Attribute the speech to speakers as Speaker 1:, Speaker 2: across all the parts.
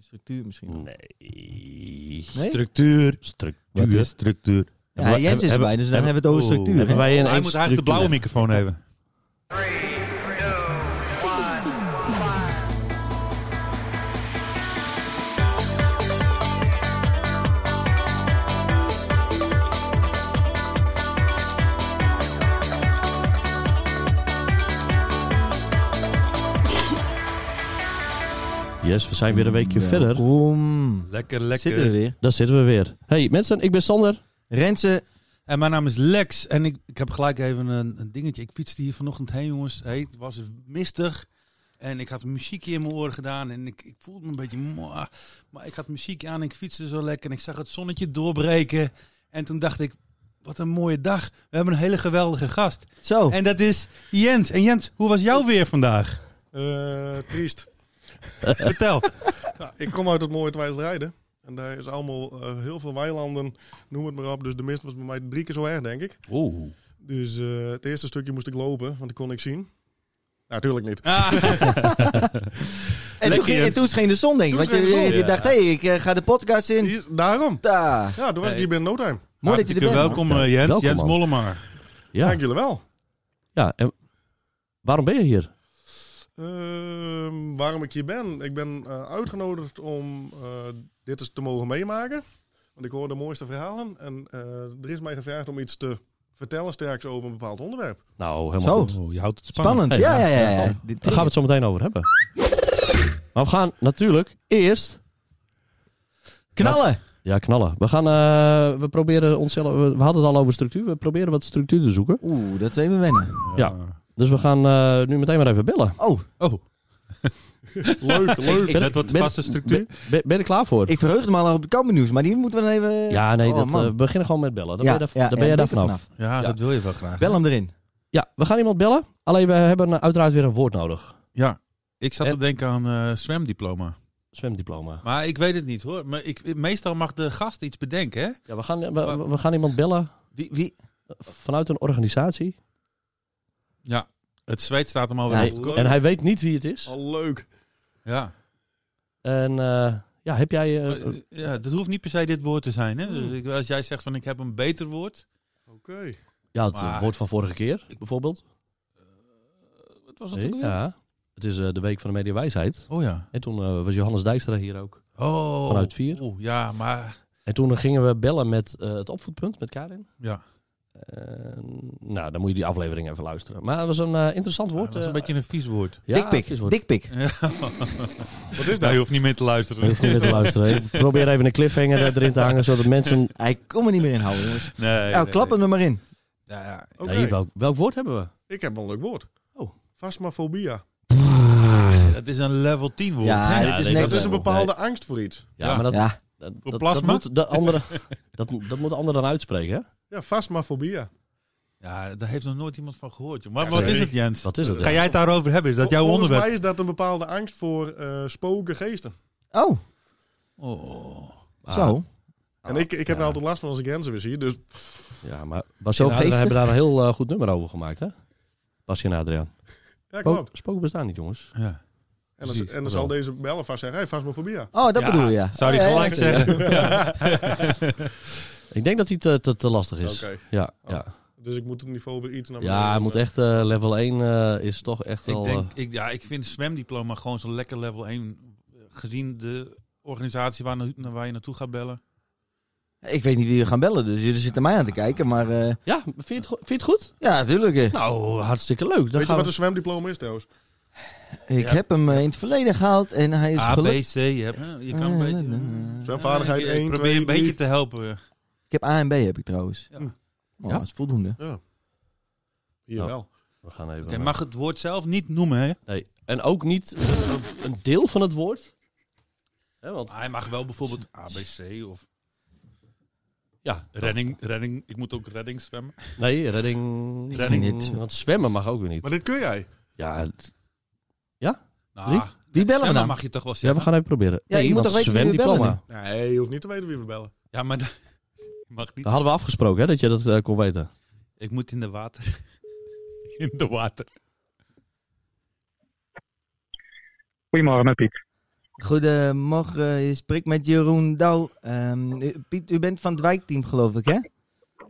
Speaker 1: structuur misschien. wel.
Speaker 2: Nee.
Speaker 1: Nee?
Speaker 2: Structuur.
Speaker 3: Wat
Speaker 2: Structuur.
Speaker 3: is structuur?
Speaker 1: Ja, Jens is erbij, dus dan hebben we het over structuur,
Speaker 2: Hebben
Speaker 1: hè?
Speaker 2: wij een
Speaker 4: Hij moet eigenlijk de blauwe microfoon hebben.
Speaker 2: Yes, we zijn weer een weekje verder.
Speaker 1: Kom.
Speaker 4: Lekker,
Speaker 1: Zitten we weer.
Speaker 2: Daar zitten we weer. Hey mensen, ik ben Sander.
Speaker 1: Rensen,
Speaker 4: En mijn naam is Lex en ik, ik heb gelijk even een, een dingetje. Ik fietste hier vanochtend heen, jongens. Hey, het was mistig en ik had muziekje in mijn oren gedaan en ik, ik voelde me een beetje... moe. Maar ik had muziek aan en ik fietste zo lekker en ik zag het zonnetje doorbreken. En toen dacht ik, wat een mooie dag. We hebben een hele geweldige gast.
Speaker 1: zo.
Speaker 4: En dat is Jens. En Jens, hoe was jouw weer vandaag?
Speaker 5: Eh, triest.
Speaker 4: Vertel.
Speaker 5: Ja, ik kom uit het mooie Twijsdrijden. En daar is allemaal eh, heel veel weilanden, noem het maar op. Dus de mist was bij mij drie keer zo erg, denk ik.
Speaker 2: Oeh.
Speaker 5: Dus eh, het eerste stukje moest ik lopen, want dat kon ik zien. Natuurlijk niet.
Speaker 1: En, toen,
Speaker 4: Lekker,
Speaker 1: ging, en
Speaker 4: Jens.
Speaker 1: toen scheen de zon, denk ik.
Speaker 5: Toen
Speaker 1: Want je,
Speaker 5: scheen de
Speaker 1: je
Speaker 2: zon, ja.
Speaker 1: dacht, hé, ik eh, ga de podcast in.
Speaker 5: Hier- Daarom.
Speaker 1: Da.
Speaker 5: Ja, toen was
Speaker 4: Hey.
Speaker 5: ik hier binnen no time.
Speaker 1: Mooi dat je er
Speaker 4: Hartstikke
Speaker 1: bent.
Speaker 4: welkom eh, Jens,
Speaker 2: Welkom,
Speaker 4: Jens
Speaker 2: man.
Speaker 4: Mollema.
Speaker 2: Ja,
Speaker 5: Dank jullie wel.
Speaker 2: ja. En waarom ben je hier?
Speaker 5: Ehm, waarom ik hier ben? Ik ben eh, uitgenodigd om eh, dit eens te mogen meemaken. Want ik hoor de mooiste verhalen. En eh, er is mij gevraagd om iets te vertellen sterks over een bepaald onderwerp.
Speaker 2: Nou, helemaal
Speaker 1: Zo.
Speaker 2: goed.
Speaker 4: Oh, je houdt het spannend.
Speaker 1: Spannend. ja, ja, ja. ja.
Speaker 2: Daar
Speaker 1: Dit-
Speaker 2: gaan we het zo meteen over hebben. Maar we gaan natuurlijk eerst...
Speaker 1: Knallen.
Speaker 2: Ja, knallen. We gaan... eh, we proberen onszelf... We, we hadden het al over structuur. We proberen wat structuur te zoeken.
Speaker 1: Oeh, dat is even wennen.
Speaker 2: Ja. Dus we gaan eh, nu meteen maar even bellen.
Speaker 1: Oh,
Speaker 4: Oh,
Speaker 5: Leuk, leuk.
Speaker 2: Ben
Speaker 4: dat
Speaker 2: ik-
Speaker 4: wordt
Speaker 2: ben-
Speaker 4: vaste structuur.
Speaker 2: Ben, ben je er klaar voor?
Speaker 1: ik verheugde me al op het kampennieuws, maar die moeten we dan even...
Speaker 2: Ja, nee,
Speaker 1: Oh,
Speaker 2: dat,
Speaker 1: man.
Speaker 2: eh, we beginnen gewoon met bellen. Dan
Speaker 1: Ja,
Speaker 2: ben je, daar-
Speaker 1: ja,
Speaker 2: dan
Speaker 1: ja,
Speaker 2: ben je daar
Speaker 1: ik er
Speaker 2: vanaf.
Speaker 4: Ja, dat wil je wel graag.
Speaker 1: Bel hem erin.
Speaker 2: Ja, we gaan iemand bellen. Alleen we hebben eh, uiteraard weer een woord nodig.
Speaker 4: Ja, ik zat
Speaker 2: En-
Speaker 4: te denken aan eh zwemdiploma.
Speaker 2: Zwemdiploma.
Speaker 4: Maar ik weet het niet hoor. Maar ik, meestal mag de gast iets bedenken. Hè?
Speaker 2: Ja, we gaan, we- we, we gaan iemand bellen
Speaker 1: Wie? wie?
Speaker 2: vanuit een organisatie.
Speaker 4: Ja, het zweet staat hem alweer.
Speaker 2: En
Speaker 4: weer.
Speaker 2: hij, en hij weet niet wie het is.
Speaker 5: Al leuk.
Speaker 4: Ja.
Speaker 2: En eh, ja, heb jij... eh, eh,
Speaker 4: ja, dat hoeft niet per se dit woord te zijn. Hè? Dus ik- als jij zegt van ik heb een beter woord.
Speaker 5: Oké.
Speaker 2: ja, het eh,
Speaker 4: maar-
Speaker 2: woord van vorige keer, bijvoorbeeld.
Speaker 4: Wat was dat ook weer?
Speaker 2: ja. Het is eh, de Week van de Mediawijsheid.
Speaker 4: Oh ja.
Speaker 2: En toen eh, was Johannes Dijkstra hier ook.
Speaker 4: Oh.
Speaker 2: Vanuit vier.
Speaker 4: Oeh, ja, maar
Speaker 2: En toen gingen we bellen met eh, het opvoedpunt, met Karin.
Speaker 4: ja.
Speaker 2: Eh, nou, dan moet je die aflevering even luisteren. Maar het was een eh, interessant woord.
Speaker 4: dat is een
Speaker 2: eh,
Speaker 4: beetje een vies woord.
Speaker 2: ja,
Speaker 1: Dikpik.
Speaker 2: vies woord.
Speaker 1: Dikpik.
Speaker 5: Wat is dat?
Speaker 2: Nou,
Speaker 4: Daar je hoeft niet meer te
Speaker 2: Je
Speaker 4: luisteren.
Speaker 2: hoeft niet meer te luisteren. Ik probeer even een cliffhanger eh, erin te hangen, zodat mensen...
Speaker 1: Hij kon me niet meer inhouden, jongens.
Speaker 4: Nee,
Speaker 1: Nou, klap hem er maar in.
Speaker 4: Ja, ja.
Speaker 5: Oké.
Speaker 2: Nee, welk, welk woord hebben we?
Speaker 5: Ik heb wel een leuk woord.
Speaker 2: nou, Oh.
Speaker 5: Phasmafobia.
Speaker 4: Het is een level 10 woord.
Speaker 1: Ja,
Speaker 4: hè?
Speaker 1: dit is
Speaker 2: nee,
Speaker 1: niks.
Speaker 5: Dat is een
Speaker 2: wel.
Speaker 5: bepaalde angst voor iets.
Speaker 2: Ja,
Speaker 4: Ja.
Speaker 2: maar dat,
Speaker 1: Ja,
Speaker 2: dat,
Speaker 4: Voor
Speaker 2: dat- dat
Speaker 4: plasma?
Speaker 2: moet de andere, dat, dat moet de ander dan uitspreken, hè?
Speaker 5: Ja, phasmafobia.
Speaker 4: ja, daar heeft nog nooit iemand van gehoord. joh. Maar
Speaker 5: Ja,
Speaker 4: wat
Speaker 5: sorry.
Speaker 4: is het Jens?
Speaker 2: Wat is dat?
Speaker 4: Ga jij het daarover hebben? Is dat jouw
Speaker 5: Volgens
Speaker 4: onderwerp?
Speaker 5: mij is dat een bepaalde angst voor eh, spoken geesten.
Speaker 1: Oh,
Speaker 4: Oh.
Speaker 2: Ah,
Speaker 1: zo.
Speaker 5: en ik, ik heb
Speaker 2: ja.
Speaker 5: er altijd last van als ik grenzen weer zie. Dus
Speaker 2: Ja, maar Bas
Speaker 1: Zo
Speaker 2: en Adriaan
Speaker 1: geestig?
Speaker 2: hebben daar een heel eh, goed nummer over gemaakt, hè? Bas en Adriaan.
Speaker 5: ja,
Speaker 2: Spook,
Speaker 5: klopt.
Speaker 2: spoken bestaan niet, jongens.
Speaker 4: Ja.
Speaker 5: En dan,
Speaker 2: Oh, precies,
Speaker 5: en dan
Speaker 2: dat
Speaker 5: zal
Speaker 2: wel.
Speaker 5: deze bellen vast zeggen, hey, phasmafobia.
Speaker 1: Oh, dat
Speaker 4: Ja,
Speaker 1: bedoel je.
Speaker 4: Zou
Speaker 1: Oh,
Speaker 4: hij
Speaker 1: ja, ja.
Speaker 4: gelijk zeggen?
Speaker 2: Ik denk dat hij te, te, te lastig
Speaker 5: Oké.
Speaker 2: is. Ja, ja.
Speaker 5: Dus ik moet het niveau weer iets naar
Speaker 2: ja, hij moet echt... eh, level 1 eh, is toch echt wel...
Speaker 4: Ik,
Speaker 2: eh,
Speaker 4: denk, ik, ja, ik vind zwemdiploma gewoon zo'n lekker level 1. Gezien de organisatie waar, na- waar je naartoe gaat bellen.
Speaker 1: Ik weet niet wie we gaan bellen, dus jullie zitten mij aan te kijken. Maar eh,
Speaker 2: Ja, vind je, het, go- vind je het goed?
Speaker 1: ja, natuurlijk. eh,
Speaker 2: Nou, hartstikke leuk. Dan
Speaker 5: Weet je
Speaker 2: gaan
Speaker 5: wat
Speaker 2: we...
Speaker 5: een zwemdiploma is trouwens?
Speaker 1: Ik heb hem eh, in het verleden gehaald en hij is
Speaker 4: A, B,
Speaker 1: gelukkig.
Speaker 4: C. Je, hebt, hè, je kan een
Speaker 1: Ah,
Speaker 4: beetje...
Speaker 1: nee,
Speaker 4: mm,
Speaker 5: Zwemvaardigheid
Speaker 4: ik- Ik
Speaker 5: één,
Speaker 4: probeer
Speaker 5: twee,
Speaker 4: een beetje
Speaker 5: drie.
Speaker 4: te helpen.
Speaker 1: Ik heb A en B heb ik trouwens.
Speaker 4: Ja.
Speaker 1: Oh,
Speaker 2: Ja?
Speaker 1: dat is voldoende.
Speaker 5: Hier
Speaker 2: Ja.
Speaker 5: wel.
Speaker 2: We gaan even...
Speaker 4: Oké, mag het woord zelf niet noemen, hè?
Speaker 2: Nee. En ook niet eh, een- een deel van het woord. Hè, want
Speaker 4: Hij mag wel bijvoorbeeld A, B, C of...
Speaker 2: Ja.
Speaker 4: Redding, redding. Ik moet ook redding zwemmen.
Speaker 2: Nee, redding.
Speaker 4: Redding
Speaker 1: niet.
Speaker 2: Want zwemmen mag ook weer niet.
Speaker 5: Maar dit kun jij.
Speaker 2: Ja, het-
Speaker 4: Nou,
Speaker 2: Drie?
Speaker 1: Wie bellen we
Speaker 4: zwemmen
Speaker 1: dan?
Speaker 4: mag je toch wel
Speaker 2: ja,
Speaker 4: zeggen.
Speaker 2: we gaan even proberen.
Speaker 1: Ja, je moet
Speaker 2: want
Speaker 1: toch weten wie we bellen
Speaker 2: zwemdiploma.
Speaker 5: Nee, je hoeft niet te weten wie we bellen.
Speaker 4: Ja, maar... da- Je mag niet...
Speaker 2: Dat hadden we afgesproken, hè, dat je dat eh, kon weten.
Speaker 4: Ik moet in de water. In de water.
Speaker 6: Goedemorgen, met Piet.
Speaker 1: Goedemorgen, je spreekt met Jeroen Douw. Ehm, u- Piet, u bent van het wijkteam geloof ik hè?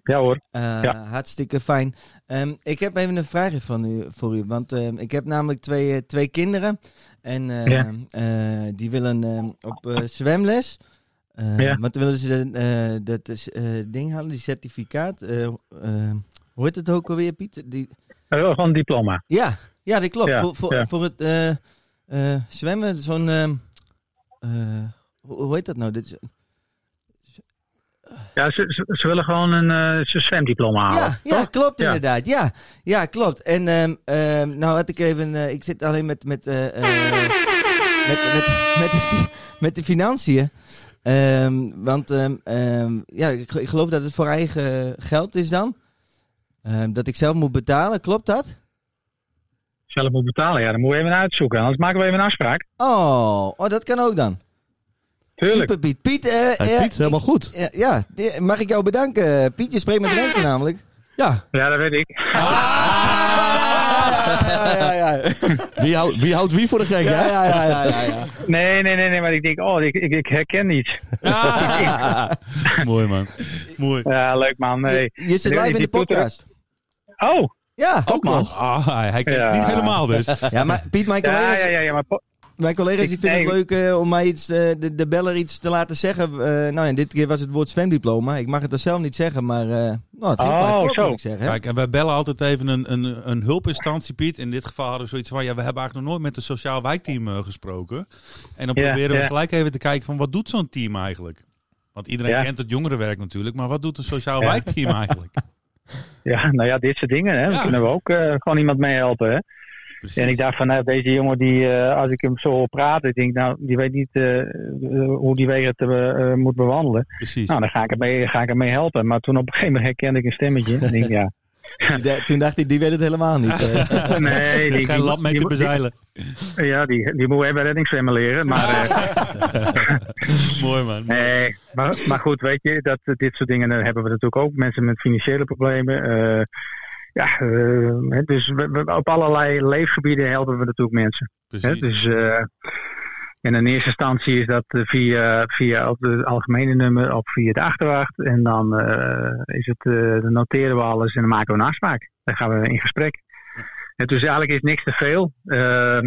Speaker 3: Ja hoor.
Speaker 1: Eh,
Speaker 3: Ja.
Speaker 1: Hartstikke fijn. Ehm, ik heb even een vraagje van u, voor u. Want ehm, ik heb namelijk twee, eh, twee kinderen. En eh,
Speaker 3: Ja.
Speaker 1: eh, die willen ehm, op eh, zwemles. Eh,
Speaker 3: Ja.
Speaker 1: Want dan willen ze de- eh, dat is, eh, ding halen, die certificaat. Eh, eh, hoe heet het ook alweer, Piet? Die...
Speaker 3: Eh, Van diploma.
Speaker 1: Ja, ja, dat klopt.
Speaker 3: Ja,
Speaker 1: Voor, voor,
Speaker 3: ja.
Speaker 1: voor het eh, eh, zwemmen, zo'n... ehm, eh, hoe, hoe heet dat nou? Dit is-
Speaker 3: Ja, ze, ze, ze willen gewoon een eh, ze zwemdiploma halen.
Speaker 1: Ja, ja
Speaker 3: toch?
Speaker 1: klopt
Speaker 3: Ja.
Speaker 1: inderdaad. Ja, ja klopt. En ehm, ehm, nou had ik even... eh, ik zit alleen met... Met, eh, eh, met, met, met, de, fi- met de financiën. Ehm, want ehm, ehm, ja, ik, ge- ik geloof dat het voor eigen geld is dan. Ehm, dat ik zelf moet betalen, klopt dat?
Speaker 3: Zelf moet betalen. Ja, dan moeten we even uitzoeken. Anders maken we even een afspraak.
Speaker 1: Oh, oh dat kan ook dan.
Speaker 3: Tuurlijk.
Speaker 1: Super Piet. Piet, eh, eh,
Speaker 2: Piet, helemaal goed.
Speaker 1: ik- eh, ja, di- mag ik jou bedanken? Piet, je spreekt met mensen namelijk.
Speaker 2: Ja,
Speaker 3: Ja, dat weet ik.
Speaker 1: Ah. ja, ja, ja.
Speaker 2: wie, houdt- wie houdt wie voor de gek,
Speaker 1: Ja,
Speaker 2: hè?
Speaker 1: ja, ja, ja, ja, ja.
Speaker 3: Nee, nee, nee, nee. Maar ik denk, oh, ik, ik, ik herken niet.
Speaker 4: Mooi man. Mooi.
Speaker 3: Ja, leuk man. Nee.
Speaker 1: Je, je zit live in de podcast.
Speaker 3: Oh,
Speaker 1: Ja,
Speaker 3: ook man.
Speaker 4: Ah, hij kijkt
Speaker 3: Ja.
Speaker 4: niet helemaal dus.
Speaker 1: ja maar Piet, mijn
Speaker 3: Ja,
Speaker 1: collega's,
Speaker 3: ja, ja, ja. Maar po-
Speaker 1: Mijn collega's
Speaker 3: Ik-
Speaker 1: die vinden
Speaker 3: nee,
Speaker 1: het leuk eh, om mij iets, eh, de, de beller iets te laten zeggen. Eh, nou ja, dit keer was het woord zwemdiploma. Ik mag het dan zelf niet zeggen, maar eh nou, het ging
Speaker 3: Oh,
Speaker 1: vrij vlot,
Speaker 3: zo.
Speaker 1: moet ik zeggen. hè.
Speaker 4: Kijk, en wij bellen altijd even een, een, een hulpinstantie, Piet. In dit geval hadden we zoiets van, ja, we hebben eigenlijk nog nooit met een sociaal wijkteam eh, gesproken. En dan
Speaker 3: Ja,
Speaker 4: proberen we
Speaker 3: ja.
Speaker 4: gelijk even te kijken van, wat doet zo'n team eigenlijk? Want iedereen
Speaker 3: Ja.
Speaker 4: kent het jongerenwerk natuurlijk, maar wat doet een sociaal
Speaker 3: Ja.
Speaker 4: wijkteam eigenlijk?
Speaker 3: Ja, nou ja, dit soort dingen. Hè. Daar
Speaker 4: Ja.
Speaker 3: kunnen we ook eh, gewoon iemand mee helpen. Hè.
Speaker 4: Precies.
Speaker 3: En ik dacht van, nou, deze jongen, die, eh, als ik hem zo hoor praten, ik denk, nou, die weet niet eh, eh, hoe die wegen te, eh, moet bewandelen.
Speaker 4: Precies.
Speaker 3: Nou, dan ga ik, hem mee, ga ik hem mee helpen. Maar toen op een gegeven moment herkende ik een stemmetje. Ik denk, ja,
Speaker 1: Da- toen dacht ik, die weet het helemaal niet. eh.
Speaker 3: Oh, nee,
Speaker 4: Er is
Speaker 3: die,
Speaker 4: geen lat mee
Speaker 3: die-
Speaker 4: te
Speaker 3: die-
Speaker 4: bezeilen.
Speaker 3: Ja, die, die moet hebben reddingszwemmen leren. Maar, eh,
Speaker 4: Mooi man.
Speaker 3: nee, maar, maar goed, weet je, dat, dit soort dingen eh, hebben we natuurlijk ook. Mensen met financiële problemen. eh, ja, eh, hè, dus we- we- op allerlei leefgebieden helpen we natuurlijk mensen. Hè,
Speaker 4: Precies.
Speaker 3: dus, eh, en in eerste instantie is dat eh, via, via op het algemene nummer of via de achterwacht. En dan, eh, is het, eh, dan noteren we alles en dan maken we een afspraak. Dan gaan we in gesprek. En dus eigenlijk is niks te veel. Eh,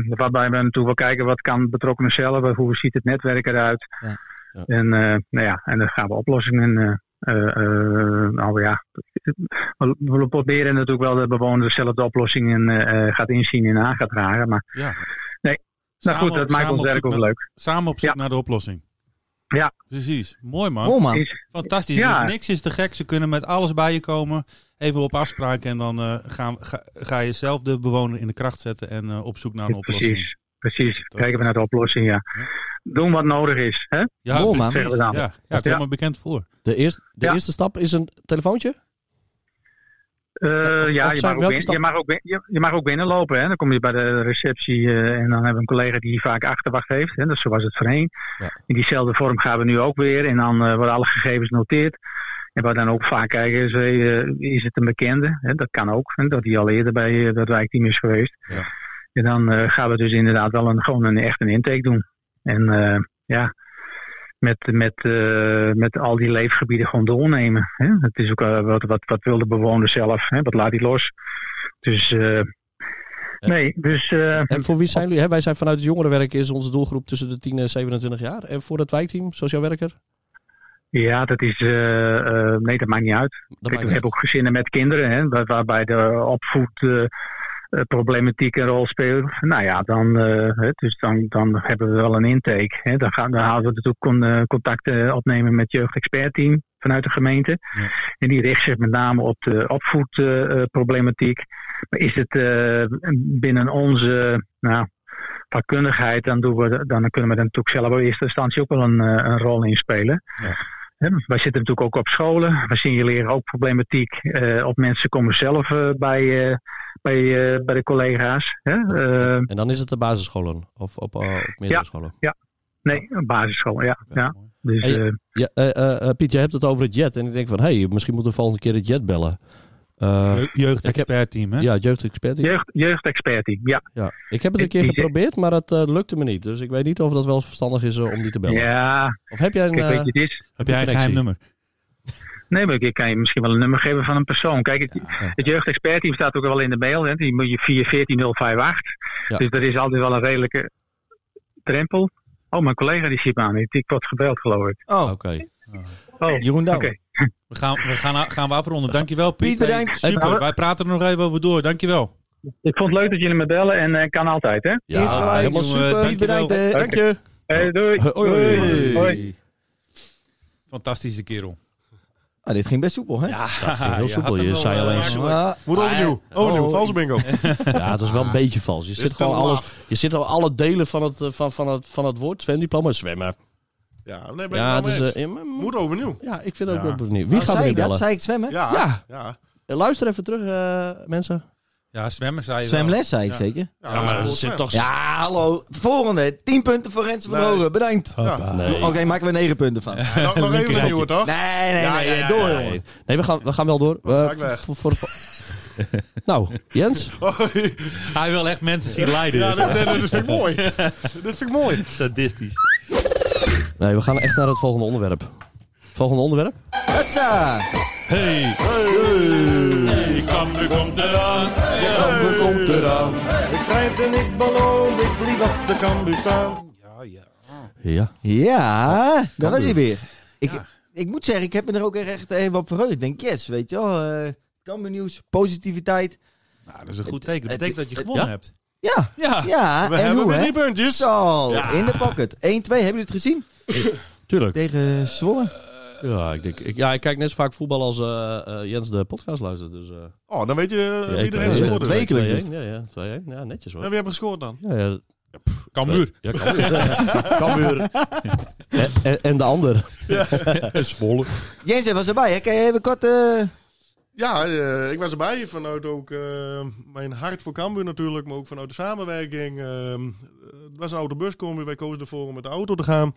Speaker 3: waarbij we natuurlijk wel kijken wat kan betrokkenen zelf, eh, hoe ziet het netwerk eruit.
Speaker 1: Ja,
Speaker 2: ja.
Speaker 3: En, eh, nou ja, en dan gaan we oplossingen. eh eh, eh, nou ja, we, we proberen natuurlijk wel de bewoners zelf de oplossingen eh, eh, gaat inzien en aan gaat dragen. Maar
Speaker 4: Ja.
Speaker 3: Nee. nou
Speaker 4: Samen
Speaker 3: goed,
Speaker 4: op-
Speaker 3: dat maakt
Speaker 4: samen
Speaker 3: ons
Speaker 4: op
Speaker 3: werk
Speaker 4: zoek
Speaker 3: ook
Speaker 4: naar-
Speaker 3: leuk.
Speaker 4: Samen op zoek
Speaker 3: Ja.
Speaker 4: naar de oplossing.
Speaker 3: Ja.
Speaker 4: Precies. Mooi man.
Speaker 1: Oh man.
Speaker 3: Is-
Speaker 4: Fantastisch.
Speaker 3: Ja.
Speaker 4: Dus niks is te gek. Ze kunnen met alles bij je komen. Even op afspraak en dan eh, gaan, ga, ga je zelf de bewoner in de kracht zetten en eh, op zoek naar een oplossing.
Speaker 3: Precies, precies.
Speaker 4: Dat
Speaker 3: Kijken
Speaker 4: is-
Speaker 3: we naar de oplossing, ja.
Speaker 4: Ja.
Speaker 3: Doen wat nodig is. Hè?
Speaker 4: Ja,
Speaker 1: Mol, man.
Speaker 4: precies.
Speaker 3: Zeggen we dan.
Speaker 4: Ja, ja, kom
Speaker 3: Ja.
Speaker 4: me bekend voor.
Speaker 2: De, eerst, de
Speaker 3: Ja.
Speaker 2: eerste stap is een telefoontje?
Speaker 3: Eh,
Speaker 2: of-
Speaker 3: ja,
Speaker 2: of
Speaker 3: je
Speaker 2: zijn
Speaker 3: mag, ook
Speaker 2: welke
Speaker 3: bin-
Speaker 2: stap-
Speaker 3: je, mag ook bin- je, je mag ook binnenlopen. Hè? Dan kom je bij de receptie eh, en dan hebben we een collega die vaak achterwacht heeft. Hè? Dus zo was het voorheen.
Speaker 2: Ja.
Speaker 3: In diezelfde vorm gaan we nu ook weer. En dan eh, worden alle gegevens noteerd. En wat we dan ook vaak kijken is, eh, eh, is het een bekende? Hè? Dat kan ook. Hè? Dat die al eerder bij eh, dat wijkteam is geweest.
Speaker 4: Ja.
Speaker 3: En dan eh, gaan we dus inderdaad wel een, gewoon een, echt een intake doen. En eh, ja, met, met, eh, met al die leefgebieden gewoon doornemen. Hè? Het is ook eh, wat, wat, wat wil de bewoner zelf? Hè? Wat laat hij los? Dus eh, nee, dus eh,
Speaker 2: En voor wie zijn jullie? Hè, wij zijn vanuit het jongerenwerk is onze doelgroep tussen de 10 en 27 jaar. En voor het wijkteam, sociaal werker?
Speaker 3: ja, dat is, eh, eh, nee, dat maakt niet uit.
Speaker 2: Dat
Speaker 3: Kijk,
Speaker 2: maakt
Speaker 3: we
Speaker 2: niet
Speaker 3: hebben ook gezinnen met kinderen, hè, waar- waarbij de opvoedproblematiek een rol speelt. Nou ja, dan, eh, hè, dus dan, dan hebben we wel een intake. Hè. Dan, gaan, dan houden we natuurlijk con, eh, contact eh, opnemen met het jeugdexpertteam vanuit de gemeente.
Speaker 4: Ja.
Speaker 3: En die richt zich met name op de opvoedproblematiek. maar is het eh, binnen onze nou, vakkundigheid, dan, doen we, dan kunnen we er natuurlijk zelf in eerste instantie ook wel een, eh, een rol in spelen. Hè, Wij zitten natuurlijk ook op scholen. We signaleren ook problematiek. eh, op mensen komen zelf eh, bij, eh, bij, eh, bij de collega's. Hè? Eh,
Speaker 2: uit. En dan is het de basisscholen of op, eh, op meerdere
Speaker 3: Ja.
Speaker 2: scholen?
Speaker 3: nee, basisschool. Ja, ja.
Speaker 4: Mooi.
Speaker 3: Dus,
Speaker 2: En je-
Speaker 3: eh,
Speaker 2: Ja, eh, eh, eh, Piet, je hebt het over het jet. En ik denk van, hé, hey, misschien moeten we volgende keer het jet bellen. Eh,
Speaker 4: Je- Jeugdexpertteam, hè?
Speaker 2: ja, het jeugdexpert.
Speaker 3: Jeugd, jeugdexpertie, ja.
Speaker 2: Ja. Ik heb het een keer
Speaker 3: Ik- ik-
Speaker 2: geprobeerd, maar het eh, lukte me niet. Dus ik weet niet of dat wel verstandig is eh, om die te bellen.
Speaker 3: Ja,
Speaker 2: Of heb jij een...
Speaker 3: kijk,
Speaker 2: eh,
Speaker 3: weet je, het is...
Speaker 4: Heb jij een
Speaker 2: Connectie.
Speaker 4: geheim nummer?
Speaker 3: Nee, maar ik kan je misschien wel een nummer geven van een persoon. Kijk, het,
Speaker 2: ja,
Speaker 3: het jeugdexpertteam staat ook wel in de mail. Hè. Die moet je 414058.
Speaker 2: Ja.
Speaker 3: Dus dat is altijd wel een redelijke drempel. Oh, mijn collega die ziet me aan. Die die wordt gebeld, geloof ik.
Speaker 1: Oh,
Speaker 2: Oké.
Speaker 3: Oh,
Speaker 1: Jeroen Douw.
Speaker 3: Oké.
Speaker 4: We gaan, we gaan, eh, gaan we afronden. Dankjewel, Piet.
Speaker 1: Piet, bedankt.
Speaker 4: Hey, Super, wij praten er nog even over door. Dankjewel.
Speaker 3: ik vond het leuk dat jullie me bellen en eh, kan altijd, hè?
Speaker 2: Ja,
Speaker 1: Is gelijk.
Speaker 4: helemaal
Speaker 1: Super,
Speaker 4: super.
Speaker 1: Piet, bedankt. eh,
Speaker 3: Dank je. Hey, doei. Hoi. Hoi.
Speaker 4: Fantastische kerel.
Speaker 1: Ah, dit ging best soepel, hè?
Speaker 4: Ja,
Speaker 2: Ah, dat ging heel soepel.
Speaker 4: had hem
Speaker 2: Je
Speaker 4: wel,
Speaker 2: zei
Speaker 4: eh,
Speaker 2: alleen...
Speaker 4: ja.
Speaker 1: Ja.
Speaker 5: Moet overnieuw. Overnieuw,
Speaker 1: oh.
Speaker 5: valse bingo.
Speaker 2: Ja, het is wel een beetje vals. Je
Speaker 5: is
Speaker 2: zit
Speaker 5: te
Speaker 2: gewoon alles...
Speaker 5: laf.
Speaker 2: Je zit al alle delen van het, eh, van, van het, van het woord zwemdiploma. Zwemmen.
Speaker 5: Ja, nee, ben ik
Speaker 2: Ja,
Speaker 5: wel
Speaker 2: dus,
Speaker 5: mee
Speaker 2: eh,
Speaker 5: eens.
Speaker 2: ja, maar-
Speaker 5: Moet overnieuw.
Speaker 2: ja, ik vind het ook
Speaker 4: Ja.
Speaker 2: wel benieuwd. Wie
Speaker 1: Nou,
Speaker 2: gaat
Speaker 1: zei
Speaker 2: er
Speaker 1: ik dat?
Speaker 2: bellen?
Speaker 1: Zei ik zwemmen?
Speaker 5: Ja.
Speaker 2: Ja.
Speaker 5: Ja. ja.
Speaker 2: Eh, Luister even terug, eh, mensen.
Speaker 4: Ja, zwemmen zei je wel.
Speaker 1: Zwemles, zei ik
Speaker 4: Ja.
Speaker 1: zeker.
Speaker 4: Ja, maar
Speaker 5: dat
Speaker 4: er
Speaker 5: is
Speaker 2: zit
Speaker 5: wel
Speaker 2: toch...
Speaker 1: Ja, hallo. Volgende. 10 punten voor Rens van
Speaker 5: Nee.
Speaker 1: Hogen. Bedankt.
Speaker 5: Ja.
Speaker 2: Nee.
Speaker 1: Oké, maken we 9 punten van. Nee,
Speaker 5: slim. Nog, nog even
Speaker 2: Ja.
Speaker 5: een nieuwe, toch?
Speaker 1: nee, nee.
Speaker 5: Ja, ja, ja,
Speaker 1: door,
Speaker 5: ja, ja.
Speaker 1: jongen.
Speaker 2: Nee, we gaan, we gaan wel door.
Speaker 5: ga
Speaker 2: Eh,
Speaker 5: ik weg.
Speaker 2: voor- voor- voor- nou, Jens.
Speaker 5: Hoi.
Speaker 4: Hij wil echt mensen zien lijden.
Speaker 5: Ja,
Speaker 4: Ja,
Speaker 5: dit, dit, dit vind ik mooi. dit vind ik mooi.
Speaker 4: Sadistisch.
Speaker 2: Nee, we gaan echt naar het volgende onderwerp. Volgende onderwerp?
Speaker 1: Hatsa.
Speaker 4: Hey, hey, Kampen komt eraan.
Speaker 1: komt eraan.
Speaker 6: Ik schrijf en ik beloof, ik blijf achter Cambuur staan.
Speaker 2: Ja.
Speaker 1: Ja, daar was hij weer. Ik,
Speaker 4: Ja.
Speaker 1: ik moet zeggen, ik heb me er ook echt even op verheugd. Ik denk, yes, weet je wel. eh Cambuur nieuws, positiviteit.
Speaker 4: Nou, dat is een goed teken. Dat betekent dat je gewonnen
Speaker 2: ja?
Speaker 4: hebt.
Speaker 1: Ja,
Speaker 4: Ja.
Speaker 1: ja.
Speaker 5: We
Speaker 1: en
Speaker 5: hebben
Speaker 1: hoe,
Speaker 5: weer
Speaker 1: hè?
Speaker 5: drie puntjes.
Speaker 1: Zo, in de pocket. 1-2, hebben jullie het gezien?
Speaker 2: Tuurlijk. Eh,
Speaker 1: Tegen Zwolle.
Speaker 2: Ja, ik, denk, ik, ja, ik kijk net zo vaak voetbal als eh, eh, Jens de podcast luistert. Dus, eh,
Speaker 5: Oh, dan weet je
Speaker 2: ja,
Speaker 5: eh,
Speaker 2: ik-
Speaker 5: iedereen
Speaker 2: eh,
Speaker 5: is geworden.
Speaker 1: twee
Speaker 5: En
Speaker 1: keer. Wekelijks
Speaker 2: 2-1, Ja, ja, 2-1. Ja, netjes hoor.
Speaker 5: wie hebben gescoord dan?
Speaker 2: Ja, ja,
Speaker 4: Kambuur.
Speaker 2: ja Cambuur. en, en, en de ander.
Speaker 1: Jens, jij was erbij, hè? Kan je even kort... eh,
Speaker 5: Ja, eh, ik was erbij. Vanuit ook eh, mijn hart voor Cambuur natuurlijk, maar ook vanuit de samenwerking. Ehm, het was een autobuscombi, wij kozen ervoor om met de auto te gaan.